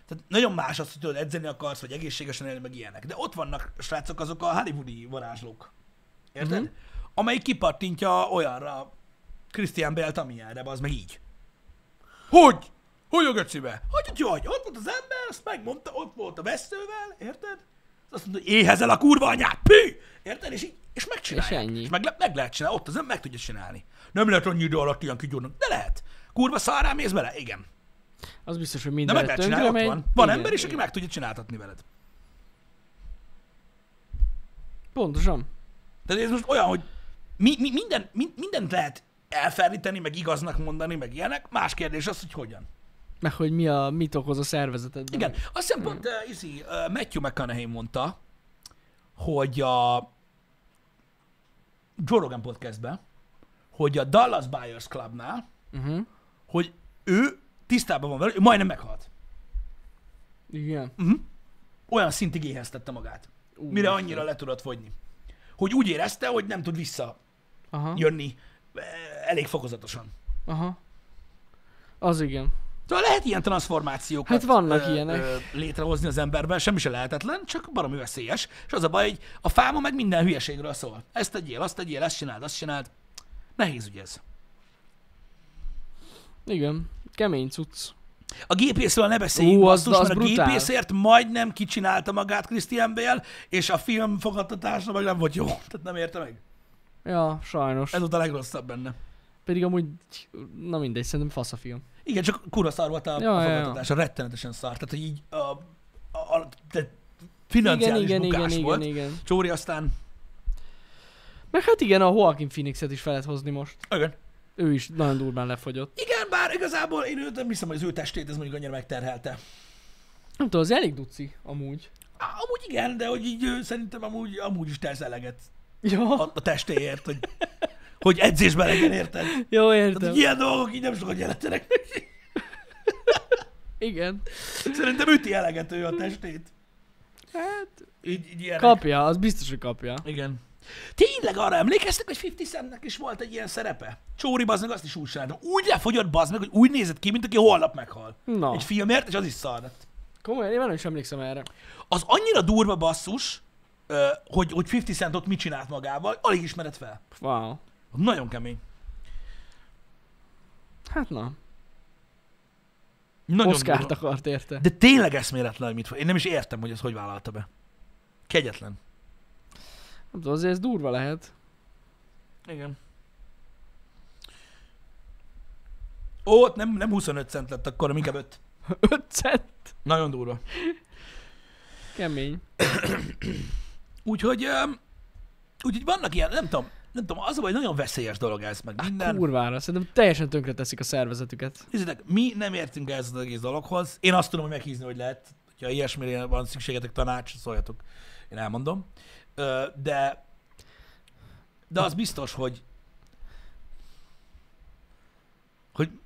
B: tehát nagyon más az, hogy tudod edzeni akarsz, vagy egészségesen élni, meg ilyenek. De ott vannak, srácok, azok a hollywoodi varázslók. Érted? Mm-hmm. Amely kipattintja olyanra Christian Bale-t, amilyenre, az meg így. Hogy? Hogy a gecibe? Hogy, hogy, hogy? Ott volt az ember, azt megmondta, ott volt a veszővel, érted? Azt mondta, hogy éhezel a kurva anyát, pű! Érted? És, így, és megcsinálják.
A: És ennyi.
B: És meg, le- meg, lehet csinálni, ott az ember meg tudja csinálni. Nem lehet annyi idő alatt ilyen kigyúrnak, de lehet. Kurva szarrá mész bele? Igen.
A: Az biztos, hogy
B: De
A: minden
B: meg lehet csinálni, ott van. Van ember is, aki
A: igen.
B: meg tudja csináltatni veled.
A: Pontosan.
B: Tehát ez most olyan, hogy mi, mi, minden, mi, mindent lehet elferdíteni, meg igaznak mondani, meg ilyenek. Más kérdés az, hogy hogyan.
A: Meg hogy mi a, mit okoz a szervezetedben.
B: Igen, azt hiszem pont uh, izi, uh, Matthew McConaughey mondta, hogy a Joe Rogan podcastben, hogy a Dallas Buyers Clubnál,
A: Uh-huh.
B: hogy ő tisztában van vele, ő majdnem meghalt.
A: Igen.
B: Mm. Olyan szintig éheztette magát,
A: Ú,
B: mire annyira le tudott fogyni. Hogy úgy érezte, hogy nem tud visszajönni
A: Aha.
B: eh, elég fokozatosan.
A: Aha. Az igen.
B: Szóval lehet ilyen transformációkat
A: Hát vannak ilyenek.
B: létrehozni az emberben, semmi se lehetetlen, csak baromi veszélyes. És az a baj, hogy a fáma meg minden hülyeségről szól. Ezt tegyél, azt tegyél, ezt csináld, azt csináld. Nehéz ügy ez.
A: Igen. Kemény cucc.
B: A gépészről ne beszéljünk,
A: Ú, az-
B: basszus,
A: az
B: mert a
A: brutál.
B: gépészért majdnem kicsinálta magát Christian Bale, és a film fogadtatása meg nem volt jó. <laughs> Tehát nem érte meg.
A: Ja, sajnos.
B: Ez volt a legrosszabb benne.
A: Pedig amúgy, na mindegy, szerintem fasz a film.
B: Igen, csak kurva szar volt a,
A: Ja,
B: a
A: ja, ja.
B: fogadtatása, rettenetesen szar. Tehát, hogy így a, a, a tehát financiális
A: igen,
B: bukás
A: igen,
B: volt.
A: igen, igen.
B: Csóri aztán,
A: Meg hát igen, a Joaquin Phoenixet is fel lehet hozni most.
B: igen,
A: Ő is nagyon durván lefogyott.
B: Igen, bár igazából én őt nem hiszem, hogy az ő testét ez mondjuk annyira megterhelte.
A: Nem tudom, az elég duci, amúgy.
B: Á, amúgy igen, de hogy így ő szerintem amúgy, amúgy is tesz eleget a,
A: Ja,
B: a testéért, hogy, hogy edzésben legyen, érted?
A: jó
B: Tehát,
A: értem.
B: hogy ilyen dolgok így nem sokat jelentenek neki.
A: Igen.
B: Szerintem üti eleget ő a testét.
A: Hát,
B: Így, így ilyenek.
A: kapja, az biztos, hogy kapja.
B: Igen. Tényleg arra emlékeztek, hogy 50 Centnek is volt egy ilyen szerepe? Csóri bazd meg azt is úgy csináltam. Úgy lefogyott bazd meg, hogy úgy nézett ki, mint aki holnap meghal.
A: Na.
B: Egy filmért, és az is szar lett.
A: Komolyan, én már nem is emlékszem erre.
B: az annyira durva basszus, ö, hogy, hogy 50 Cent ott mit csinált magával, alig ismered fel.
A: Wow.
B: Nagyon kemény.
A: Hát na,
B: Nagyon
A: Oszkárt
B: durva.
A: akart érte.
B: De tényleg eszméletlen, hogy mit Én nem is értem, hogy ez hogy vállalta be. Kegyetlen.
A: Nem tudom, azért ez durva <laughs> lehet.
B: Igen. Ó, ott nem, nem 25 cent lett akkor, hanem inkább 5.
A: 5 cent?
B: Nagyon durva.
A: Kemény.
B: Úgyhogy, öm, úgyhogy vannak ilyen, nem tudom, nem tudom, az a baj, nagyon veszélyes dolog ez, meg minden.
A: Kurvára, szerintem teljesen tönkre teszik a szervezetüket.
B: Nézzétek, mi nem értünk ehhez az egész dologhoz. Én azt tudom, hogy meghízni, hogy lehet. Ha ilyesmire van szükségetek tanács, szóljatok. Én elmondom. Ö, De, de az biztos, hogy hogy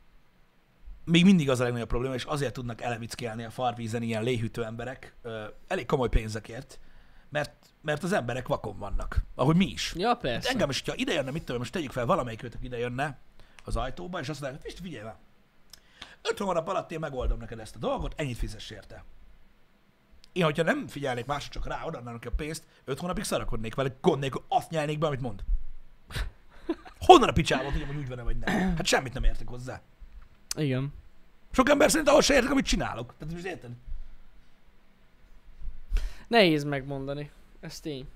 B: még mindig az a legnagyobb probléma, és azért tudnak elevickélni a farvízen ilyen léhűtő emberek ö, elég komoly pénzekért, mert, mert az emberek vakon vannak, ahogy mi is.
A: Ja,
B: Hát
A: persze.
B: engem is, hogyha ide jönne, mit tudom, én, most tegyük fel, valamelyik őtök ide jönne az ajtóba, és azt mondják, hogy figyelj már, 50 hónap alatt én megoldom neked ezt a dolgot, ennyit fizess érte. Én, hogyha nem figyelnék másra, csak rá odaadnának a pénzt, 5 hónapig szarakodnék vele, gond nélkül azt nyelnék be, amit
A: <laughs>
B: mond. Honnan a picsába tudom, hogy úgy van vagy nem? Hát semmit nem értek hozzá.
A: Igen.
B: Sok ember szerint ahhoz se értek, amit csinálok. Tehát most érted?
A: Nehéz megmondani. Ez tény.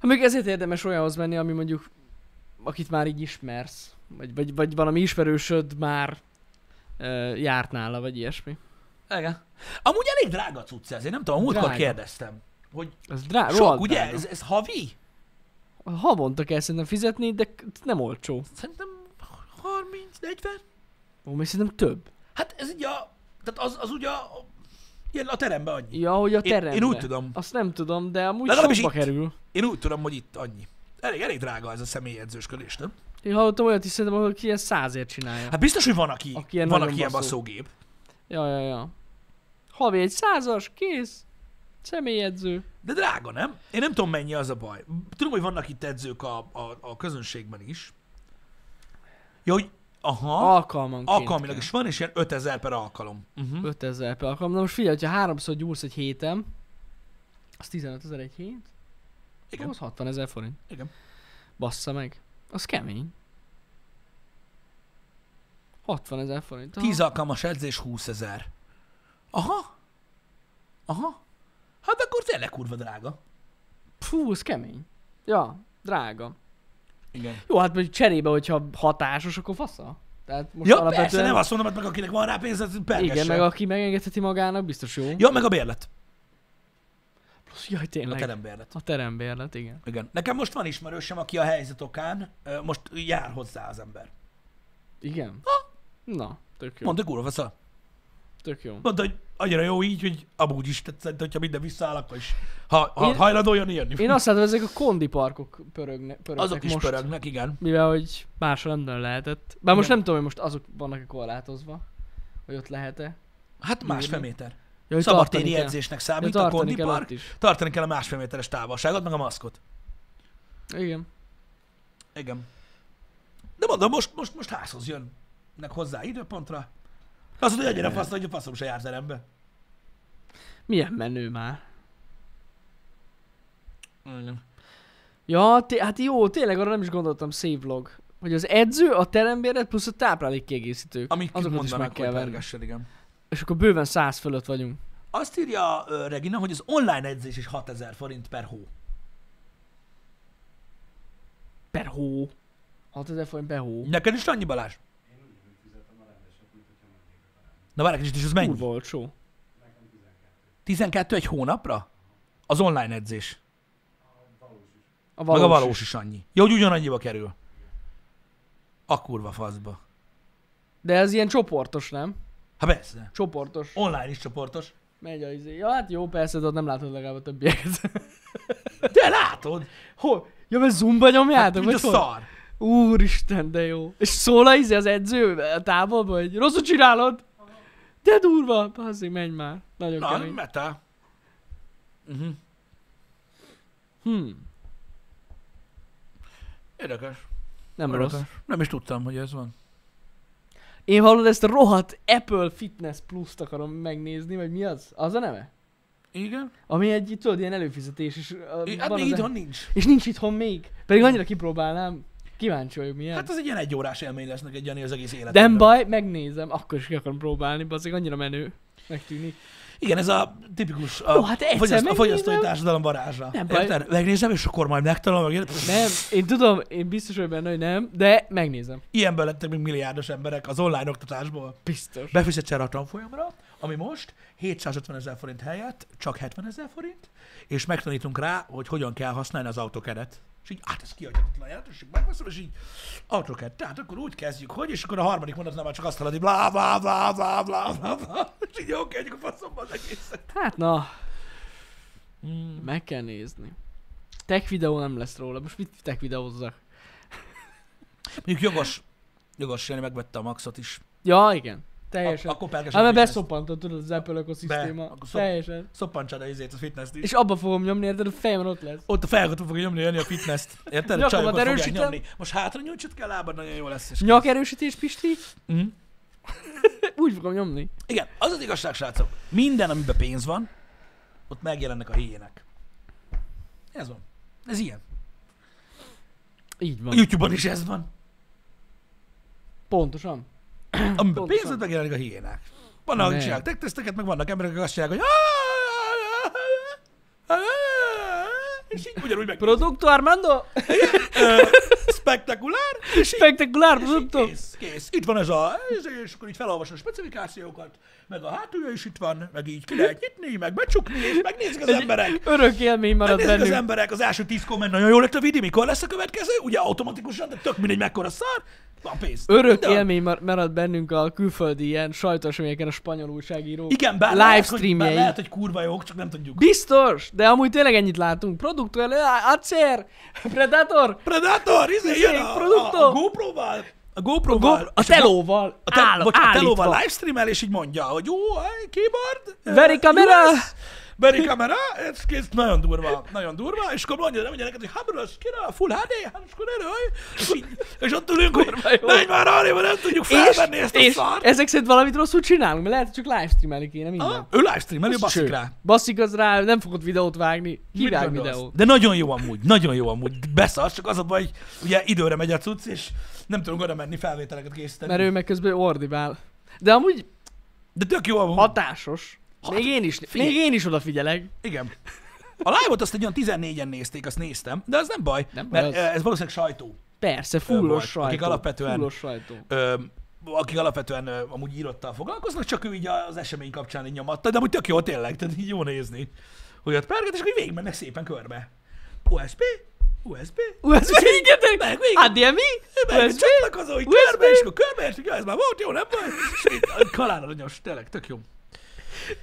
A: Ha még ezért érdemes olyanhoz menni, ami mondjuk, akit már így ismersz, vagy, vagy, vagy valami ismerősöd már ö, járt nála, vagy ilyesmi.
B: Igen. Amúgy elég drága cucc ez, én nem tudom, a múltkor
A: Drága.
B: kérdeztem. Hogy
A: Ez drá-
B: sok,
A: rohadt
B: ugye?
A: drága.
B: Ez, ez havi?
A: Havonta kell szerintem fizetni, de k- nem olcsó.
B: Szerintem 30-40?
A: Ó, még szerintem több.
B: Hát ez így a... Tehát az, az ugye a... Ilyen a teremben annyi.
A: Ja, hogy a
B: Én- én
A: terembe.
B: úgy tudom.
A: Azt nem tudom, de amúgy
B: Legalábbis
A: sokba
B: itt.
A: kerül.
B: Én úgy tudom, hogy itt annyi. Elég, elég drága ez a személyedzősködés, nem?
A: Én hallottam olyat is szerintem, hogy ki ezt százért csinálja.
B: Hát biztos, hogy van, aki,
A: Aki
B: aki
A: ilyen
B: van,
A: nagyon
B: aki ilyen
A: baszó.
B: baszógép.
A: Ja, ja, ja. Havi egy százas, kész. Személyedző.
B: De drága, nem? Én nem tudom, mennyi az a baj. Tudom, hogy vannak itt edzők a, a, a közönségben is. Ja, hogy aha,
A: Alkalmanként.
B: alkalmilag is van, és ilyen 5000 per alkalom.
A: Mhm.
B: Uh-huh.
A: 5000 per alkalom. Na most figyelj, ha háromszor gyúrsz egy héten, az 15 ezer egy hét,
B: Igen.
A: az 60 ezer forint.
B: Igen.
A: Bassza meg. Az kemény. 60 ezer forint. Aha.
B: 10 alkalmas edzés 20 ezer. Aha. Aha. Hát akkor tényleg kurva drága.
A: Fú, ez kemény. Ja, drága.
B: Igen.
A: Jó, hát mondjuk cserébe, hogyha hatásos, akkor fasza. Tehát most
B: Most ja,
A: alapvetően...
B: persze, nem azt mondom, hogy meg akinek van rá pénz, az pergesse.
A: Igen, meg aki megengedheti magának, biztos jó.
B: Ja, meg a bérlet.
A: Plusz, jaj,
B: A
A: tényleg.
B: terembérlet.
A: A terembérlet, igen.
B: Igen. Nekem most van ismerősöm, aki a helyzet okán ö, most jár hozzá az ember.
A: Igen. Ha? Na, tök jó.
B: Mondta, kurva fasz.
A: Tök jó.
B: Mondta, hogy annyira jó így, hogy amúgy is tetszett, hogyha minden visszaáll, akkor is. Ha, ha
A: Én-
B: én... hajlandó jönni, jönni.
A: Én azt látom, hogy ezek a kondi parkok pörögne, pörögnek
B: Azok is
A: most,
B: pörögnek, igen.
A: Mivel, hogy máshol nem nagyon lehetett. Bár most
B: Igen.
A: nem tudom, hogy most azok vannak-e korlátozva, hogy ott lehet-e.
B: Hát másfél
A: Írni.
B: méter.
A: Ja, hogy tartani
B: Szabadtéri
A: kell.
B: edzésnek
A: Ja,
B: számít a
A: tartani
B: kondi
A: kell ott
B: park.
A: is.
B: Tartani kell a másfél méteres távolságot, meg a maszkot.
A: Igen.
B: Igen. De mondom, most, most, most házhoz jönnek hozzá időpontra. Azt mondja, hogy annyira fasz, hogy a faszom se jár terembe.
A: Milyen menő már.
B: Igen.
A: Ja, té- hát jó, tényleg arra nem is gondoltam, save log. Hogy az edző, a terembérlet plusz a táplálék kiegészítők.
B: Amit
A: Azokat is meg
B: mondanak,
A: kell
B: hogy
A: venni.
B: pörgessen, igen.
A: És akkor bőven 100 fölött vagyunk.
B: Azt írja ö, Regina, hogy az online edzés is 6000 forint per hó.
A: Per hó. 6000 forint per hó.
B: Neked is annyi Balázs? Na várj egy kicsit, és ez mennyi?
A: Kurva olcsó.
B: 12 egy hónapra? Az online edzés.
A: A
B: Valós Meg a
A: is.
B: valós is. annyi. Jó, hogy ugyanannyiba kerül. A kurva faszba.
A: De ez ilyen csoportos, nem?
B: Hát persze.
A: Csoportos.
B: Online is csoportos.
A: Megy a izé. Ja, hát jó, persze, de ott nem látod legalább a többieket. <laughs>
B: De látod?
A: Hol? Ja, mert zumba nyomjátok,
B: Hát,
A: vagy
B: mint a
A: hol?
B: szar.
A: Úristen, de jó. És szól a izé az edző a távolba, hogy rosszul csinálod? De durva, bazzi, menj már. Nagyon
B: Na,
A: kemény.
B: meta. Uh-huh.
A: Hm,
B: Érdekes.
A: nem
B: Érdekes.
A: rossz.
B: Nem is tudtam, hogy ez van.
A: Én hallod ezt a rohadt Apple Fitness Plus-t akarom megnézni, vagy mi az? Az a neve?
B: Igen?
A: Ami egy, tudod, ilyen előfizetés, és, uh,
B: É, hát
A: van
B: még
A: az-
B: itthon nincs.
A: és nincs itthon még. Pedig annyira kipróbálnám. Kíváncsi vagyok, milyen.
B: Hát az egy ilyen egy órás élmény lesz neked, Jani, az egész életedben.
A: Nem baj, megnézem, akkor is ki akarom próbálni, bazzik, annyira menő. Megtűnik.
B: Igen, ez a tipikus a,
A: Jó, hát egyszer
B: fogyaszt, a
A: megnézem.
B: fogyasztói társadalom varázsa.
A: Nem baj.
B: Érted? Megnézem, és akkor majd megtalálom, meg ilyen-
A: Nem, én tudom, én biztos vagyok benne, hogy nem, de megnézem.
B: Ilyenből lettek még milliárdos emberek az online oktatásból.
A: Biztos.
B: Befizetsz erre a tanfolyamra, ami most 750 ezer forint helyett csak 70 ezer forint, és megtanítunk rá, hogy hogyan kell használni az autokeret. És így, hát ez kiadhatatlan jelentőség, megveszem, és így autokeret. Tehát akkor úgy kezdjük, hogy, és akkor a harmadik mondatnál már csak azt hallod, hogy blá, blá, blá, blá, blá, blá, blá. És így, oké, okay, a faszomba az egészet.
A: Hát na,
B: Hmm.
A: meg kell nézni. Tech videó nem lesz róla, most mit tech videózzak?
B: Mondjuk jogos, jogos, Jani megvette a maxot is.
A: Ja, igen.
B: Ak-
A: Teljesen.
B: akkor pergesen
A: Hát mert
B: fitness.
A: beszoppantott, tudod, az Apple ökoszisztéma.
B: Be, akkor szop-
A: Teljesen.
B: Szoppantsad a izét, a fitness is.
A: És abba fogom nyomni, érted, a fejem ott lesz.
B: Ott a felgatot fogja nyomni, jönni a fitness-t. Érted? A
A: Nyakamat
B: csajokat fogják
A: erősítem.
B: nyomni. Most hátra nyújtsad kell a lábad, nagyon jó lesz. És
A: Nyakerősítés, Pisti?
B: kész. Mhm.
A: <laughs> Úgy fogom nyomni.
B: Igen, az az igazság, srácok. Minden, amiben pénz van, ott megjelennek a hülyének. Ez van. Ez ilyen.
A: Így
B: A
A: van.
B: YouTube-on is ez van.
A: Pontosan.
B: Amiben
A: Pontosan.
B: pénz van, megjelenik a hülyének. Vannak, akik
A: Ne.
B: csinálnak tech-teszteket, meg vannak emberek, akik azt csinálják, hogy "Ah, és így ugyanúgy meg... <laughs>
A: Producto Armando?
B: Ö, Spektakulár, és így
A: Spektakulár
B: És így
A: producto?
B: Kész, kész. Itt van ez a, ez, és akkor így felolvasom a specifikációkat, meg a hátulja is itt van, meg így ki lehet nyitni, meg becsukni, és megnézik az emberek.
A: Örök élmény maradt
B: Megnézik Hát az
A: bennünk.
B: emberek, az első tíz komment nagyon jól lett a vidi, mikor lesz a következő? Ugye automatikusan, de tök mindegy mekkora szar, van pénz.
A: Örök
B: De-
A: élmény mar- maradt bennünk a külföldi ilyen sajtóeseményeken a spanyol újságíró.
B: Igen, bár lehet, hogy, bár
A: livestreamjei.
B: lehet, hogy kurva jók, csak nem tudjuk.
A: Biztos, de amúgy tényleg ennyit látunk. Producto, Acer, Predator,
B: Predator, izé, jön a, a, a
A: Produktum.
B: GoPro-val, a GoPro-val,
A: Go- a telóval.
B: a, te,
A: áll-
B: bocs, a telóval
A: állítva.
B: livestreamel, és így mondja, hogy jó, hey, keyboard, eh,
A: Very camera.
B: US, very camera, ez kész, nagyon durva, nagyon durva, és akkor mondja, nem mondja neked, hogy háborús, kira, full HD, hát és akkor előj, és, így, és ott ülünk, hogy
A: Kurva jó.
B: menj már arra, mert nem tudjuk felvenni ezt a
A: és
B: szart.
A: ezek szerint valamit rosszul csinálunk, mert lehet, hogy csak livestreamelni kéne
B: Ha?
A: mindent.
B: Ő livestreamel, ő
A: Az
B: baszik
A: cső.
B: rá.
A: Baszik az rá, nem fogod videót vágni.
B: Mit
A: Kivág
B: gondolsz?
A: videót.
B: De nagyon jó amúgy, nagyon jó amúgy. Beszarsz, csak az a baj, hogy ugye időre megy a cucc, és nem tudunk oda menni felvételeket készíteni.
A: Mert ő meg közben ordibál. De amúgy
B: De tök jó amúgy.
A: hatásos. Még én is,
B: figyelj.
A: még én is odafigyelek.
B: Igen. A live-ot azt egy olyan 14-en nézték, azt néztem, de az nem baj,
A: Nem baj,
B: mert
A: az-
B: eh, ez valószínűleg sajtó.
A: Persze,
B: Ő volt,
A: fullos sajtó.
B: akik alapvetően-
A: Fullos
B: <laughs>
A: sajtó.
B: Ö, akik alapvetően ö, amúgy írottal foglalkoznak, csak ő így az esemény kapcsán így nyomatta, de amúgy tök jó tényleg, tehát így jó nézni, hogy ott pörget, és akkor így végigmennek szépen körbe. USB, USB,
A: USB, igen, Hát, de-
B: meg még-
A: HDMI?
B: meg
A: USB?
B: csatlakozó, így
A: USB.
B: körbe, és akkor körbe, és így, "Ja, ez már volt, jó, nem baj? És így, Kalán aranyos, tényleg, tök jó.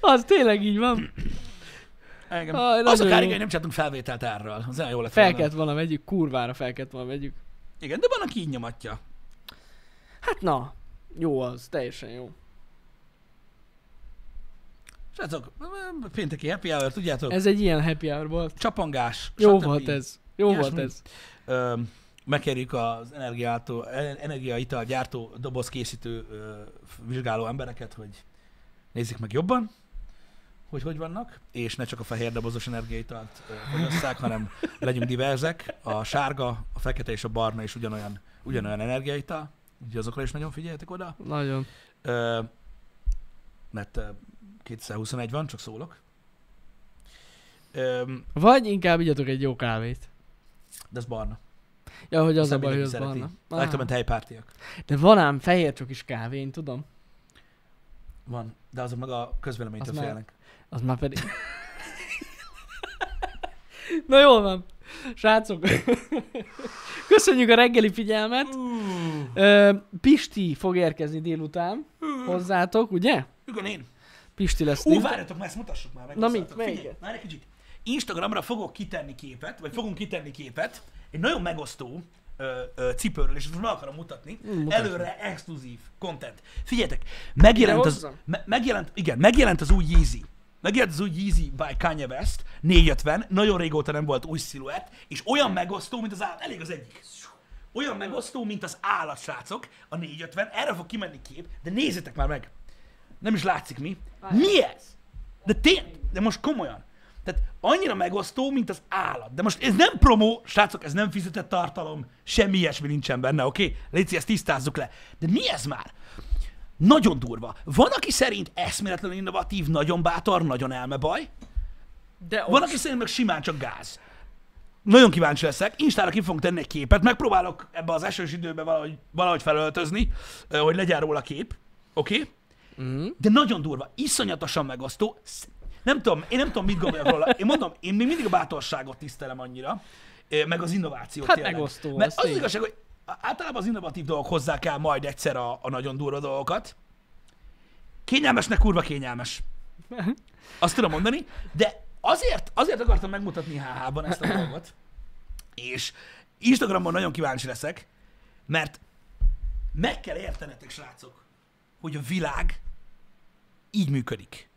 A: Az tényleg így
B: <clears throat>
A: van.
B: Engem.
A: Aj, nagyon
B: Azok
A: jó.
B: árigán, hogy nem csináltunk felvételt erről, az olyan jó lett
A: Fel
B: volna.
A: kellett volna vegyük, kurvára fel kellett volna vegyük.
B: Igen, de van, aki így nyomatja.
A: Hát na, jó az, teljesen jó.
B: Srácok, pénteki happy hour, tudjátok? Ez...
A: Ez egy ilyen happy hour volt.
B: Csapongás.
A: Jó
B: stb.
A: volt ez. Jó
B: Ilyesmi.
A: volt ez.
B: Öm, megkérjük az energiátó, energiaital gyártó doboz készítő ö, f- vizsgáló embereket, hogy nézzék meg jobban, hogy hogy vannak, és ne csak a fehér dobozos energiaitalt ö, fogyasszák, hanem legyünk diverzek. A sárga, a fekete és a barna is ugyanolyan, ugyanolyan energiaital, úgyhogy azokra is nagyon figyeljetek oda.
A: Nagyon.
B: Ö, mert ö, 2021 van, csak szólok. Ö,
A: Vagy inkább igyatok egy jó kávét.
B: de ez barna.
A: Ja, hogy az
B: Aztán
A: a baj, hogy az
B: mindenki szereti.
A: barna.
B: Ah. Legtöbben
A: Á,
B: helypártiak.
A: De van ám fehér csak is kávé, én tudom.
B: Van, de azok meg a közvéleménytől
A: Az már-
B: félnek.
A: Az már
B: <laughs>
A: pedig... Na jól van. Srácok, köszönjük a reggeli figyelmet. Ö, Pisti fog érkezni délután hozzátok, ugye?
B: Igen, én.
A: Pisti lesz.
B: Ú,
A: név-
B: várjatok, már ezt mutassuk már. meg.
A: Na mit,
B: Figyelj,
A: melyiket?
B: Várj egy kicsit. Instagramra fogok kitenni képet, vagy fogunk kitenni képet, egy nagyon megosztó ö, ö, cipőről, és ezt most meg akarom mutatni.
A: Mm, mutasd.
B: Előre exkluzív content. Figyeljetek, megjelent az,
A: Idehozzam?
B: me, megjelent, igen, megjelent az új Yeezy. Megjelent az új Yeezy by Kanye West, 450, nagyon régóta nem volt új sziluett, és olyan megosztó, mint az állat, elég az egyik. Olyan megosztó, mint az állat, srácok, a 450, erre fog kimenni kép, de nézzétek már meg. Nem is látszik mi. Mi ez? De tény, de most komolyan. Tehát annyira megosztó, mint az állat. De most ez nem promó, srácok, ez nem fizetett tartalom, semmi ilyesmi nincsen benne, oké? Okay? Léci, ezt tisztázzuk le. De mi ez már? Nagyon durva. Van, aki szerint eszméletlenül innovatív, nagyon bátor, nagyon elmebaj.
A: De
B: Van, aki szerint meg simán csak gáz. Nagyon kíváncsi leszek. Instára ki fogunk tenni egy képet. Megpróbálok ebbe az esős időbe valahogy, valahogy felöltözni, ö, hogy legyen róla kép. Oké? Okay?
A: Mhm.
B: De nagyon durva, iszonyatosan megosztó. Sz- Nem tudom, én nem tudom, mit gondolok róla. Én mondom, én még mindig a bátorságot tisztelem annyira, ö, meg az innovációt
A: Hát
B: tényleg.
A: megosztó,
B: Mert
A: az
B: az, az
A: tény.
B: igazság, hogy általában az innovatív dolgok hozzá kell majd egyszer a, a nagyon durva dolgokat. Kényelmesnek kurva
A: <laughs>
B: kényelmes. Azt tudom mondani, de azért, azért akartam megmutatni HH-ban ezt a dolgot, és Instagramon nagyon kíváncsi leszek, mert meg kell értenetek, srácok, hogy a világ így működik.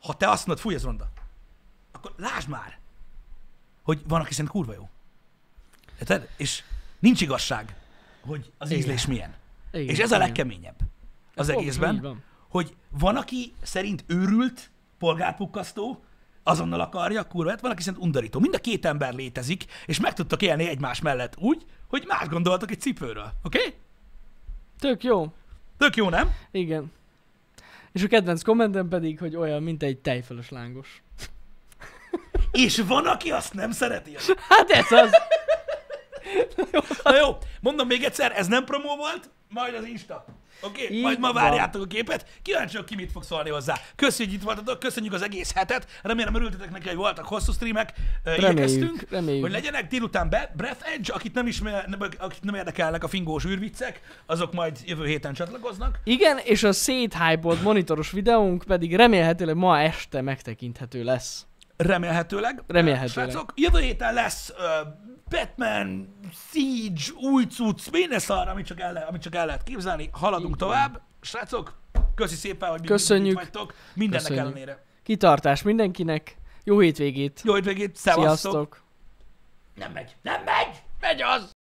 B: Ha te azt mondod, fúj, ez ronda, akkor lásd már, hogy van, aki szerint kurva jó. Érted? És nincs igazság, hogy az
A: Igen.
B: ízlés milyen.
A: Igen,
B: És ez a
A: igen.
B: legkeményebb az
A: Pontosan így
B: egészben,
A: van.
B: hogy van, aki szerint őrült, polgárpukkasztó, azonnal akarja, kurva, hát van, aki szerint undorító. Mind a két ember létezik, és meg tudtak élni egymás mellett úgy, hogy más gondoltak egy cipőről. Oké? Okay?
A: Tök jó.
B: Tök jó, nem?
A: Igen. És a kedvenc kommentem pedig, hogy olyan, mint egy tejfölös lángos.
B: És van, aki azt nem szereti.
A: Hát ez az.
B: Na jó, mondom még egyszer, ez nem promó volt, majd az Insta. Oké, okay?
A: Így
B: majd ma
A: van.
B: várjátok a képet. Kíváncsiak ki mit fog szólni hozzá. Köszönjük, hogy itt voltatok, köszönjük az egész hetet. Remélem örültetek neki, hogy voltak hosszú streamek. Ö,
A: Reméljük,
B: Igyekeztünk,
A: reméljük.
B: hogy legyenek délután be. Breath Edge, akit nem, ismer, nem, akit nem érdekelnek a fingós űrviccek, azok majd jövő héten csatlakoznak.
A: Igen, és a széthájbolt monitoros videónk pedig remélhetőleg ma este megtekinthető lesz.
B: Remélhetőleg.
A: Remélhetőleg.
B: Srácok, jövő héten lesz ö, Batman, Siege, új cucc, minden szar, amit csak el, le- amit csak el lehet képzelni. Haladunk tovább. Srácok, köszi szépen, hogy mindig
A: Köszönjük.
B: itt vagytok. Mindennek
A: Köszönjük.
B: ellenére.
A: Kitartás mindenkinek, jó hétvégét,
B: Jó hétvégét, szevasztok.
A: sziasztok!
B: Nem megy, nem megy, megy az!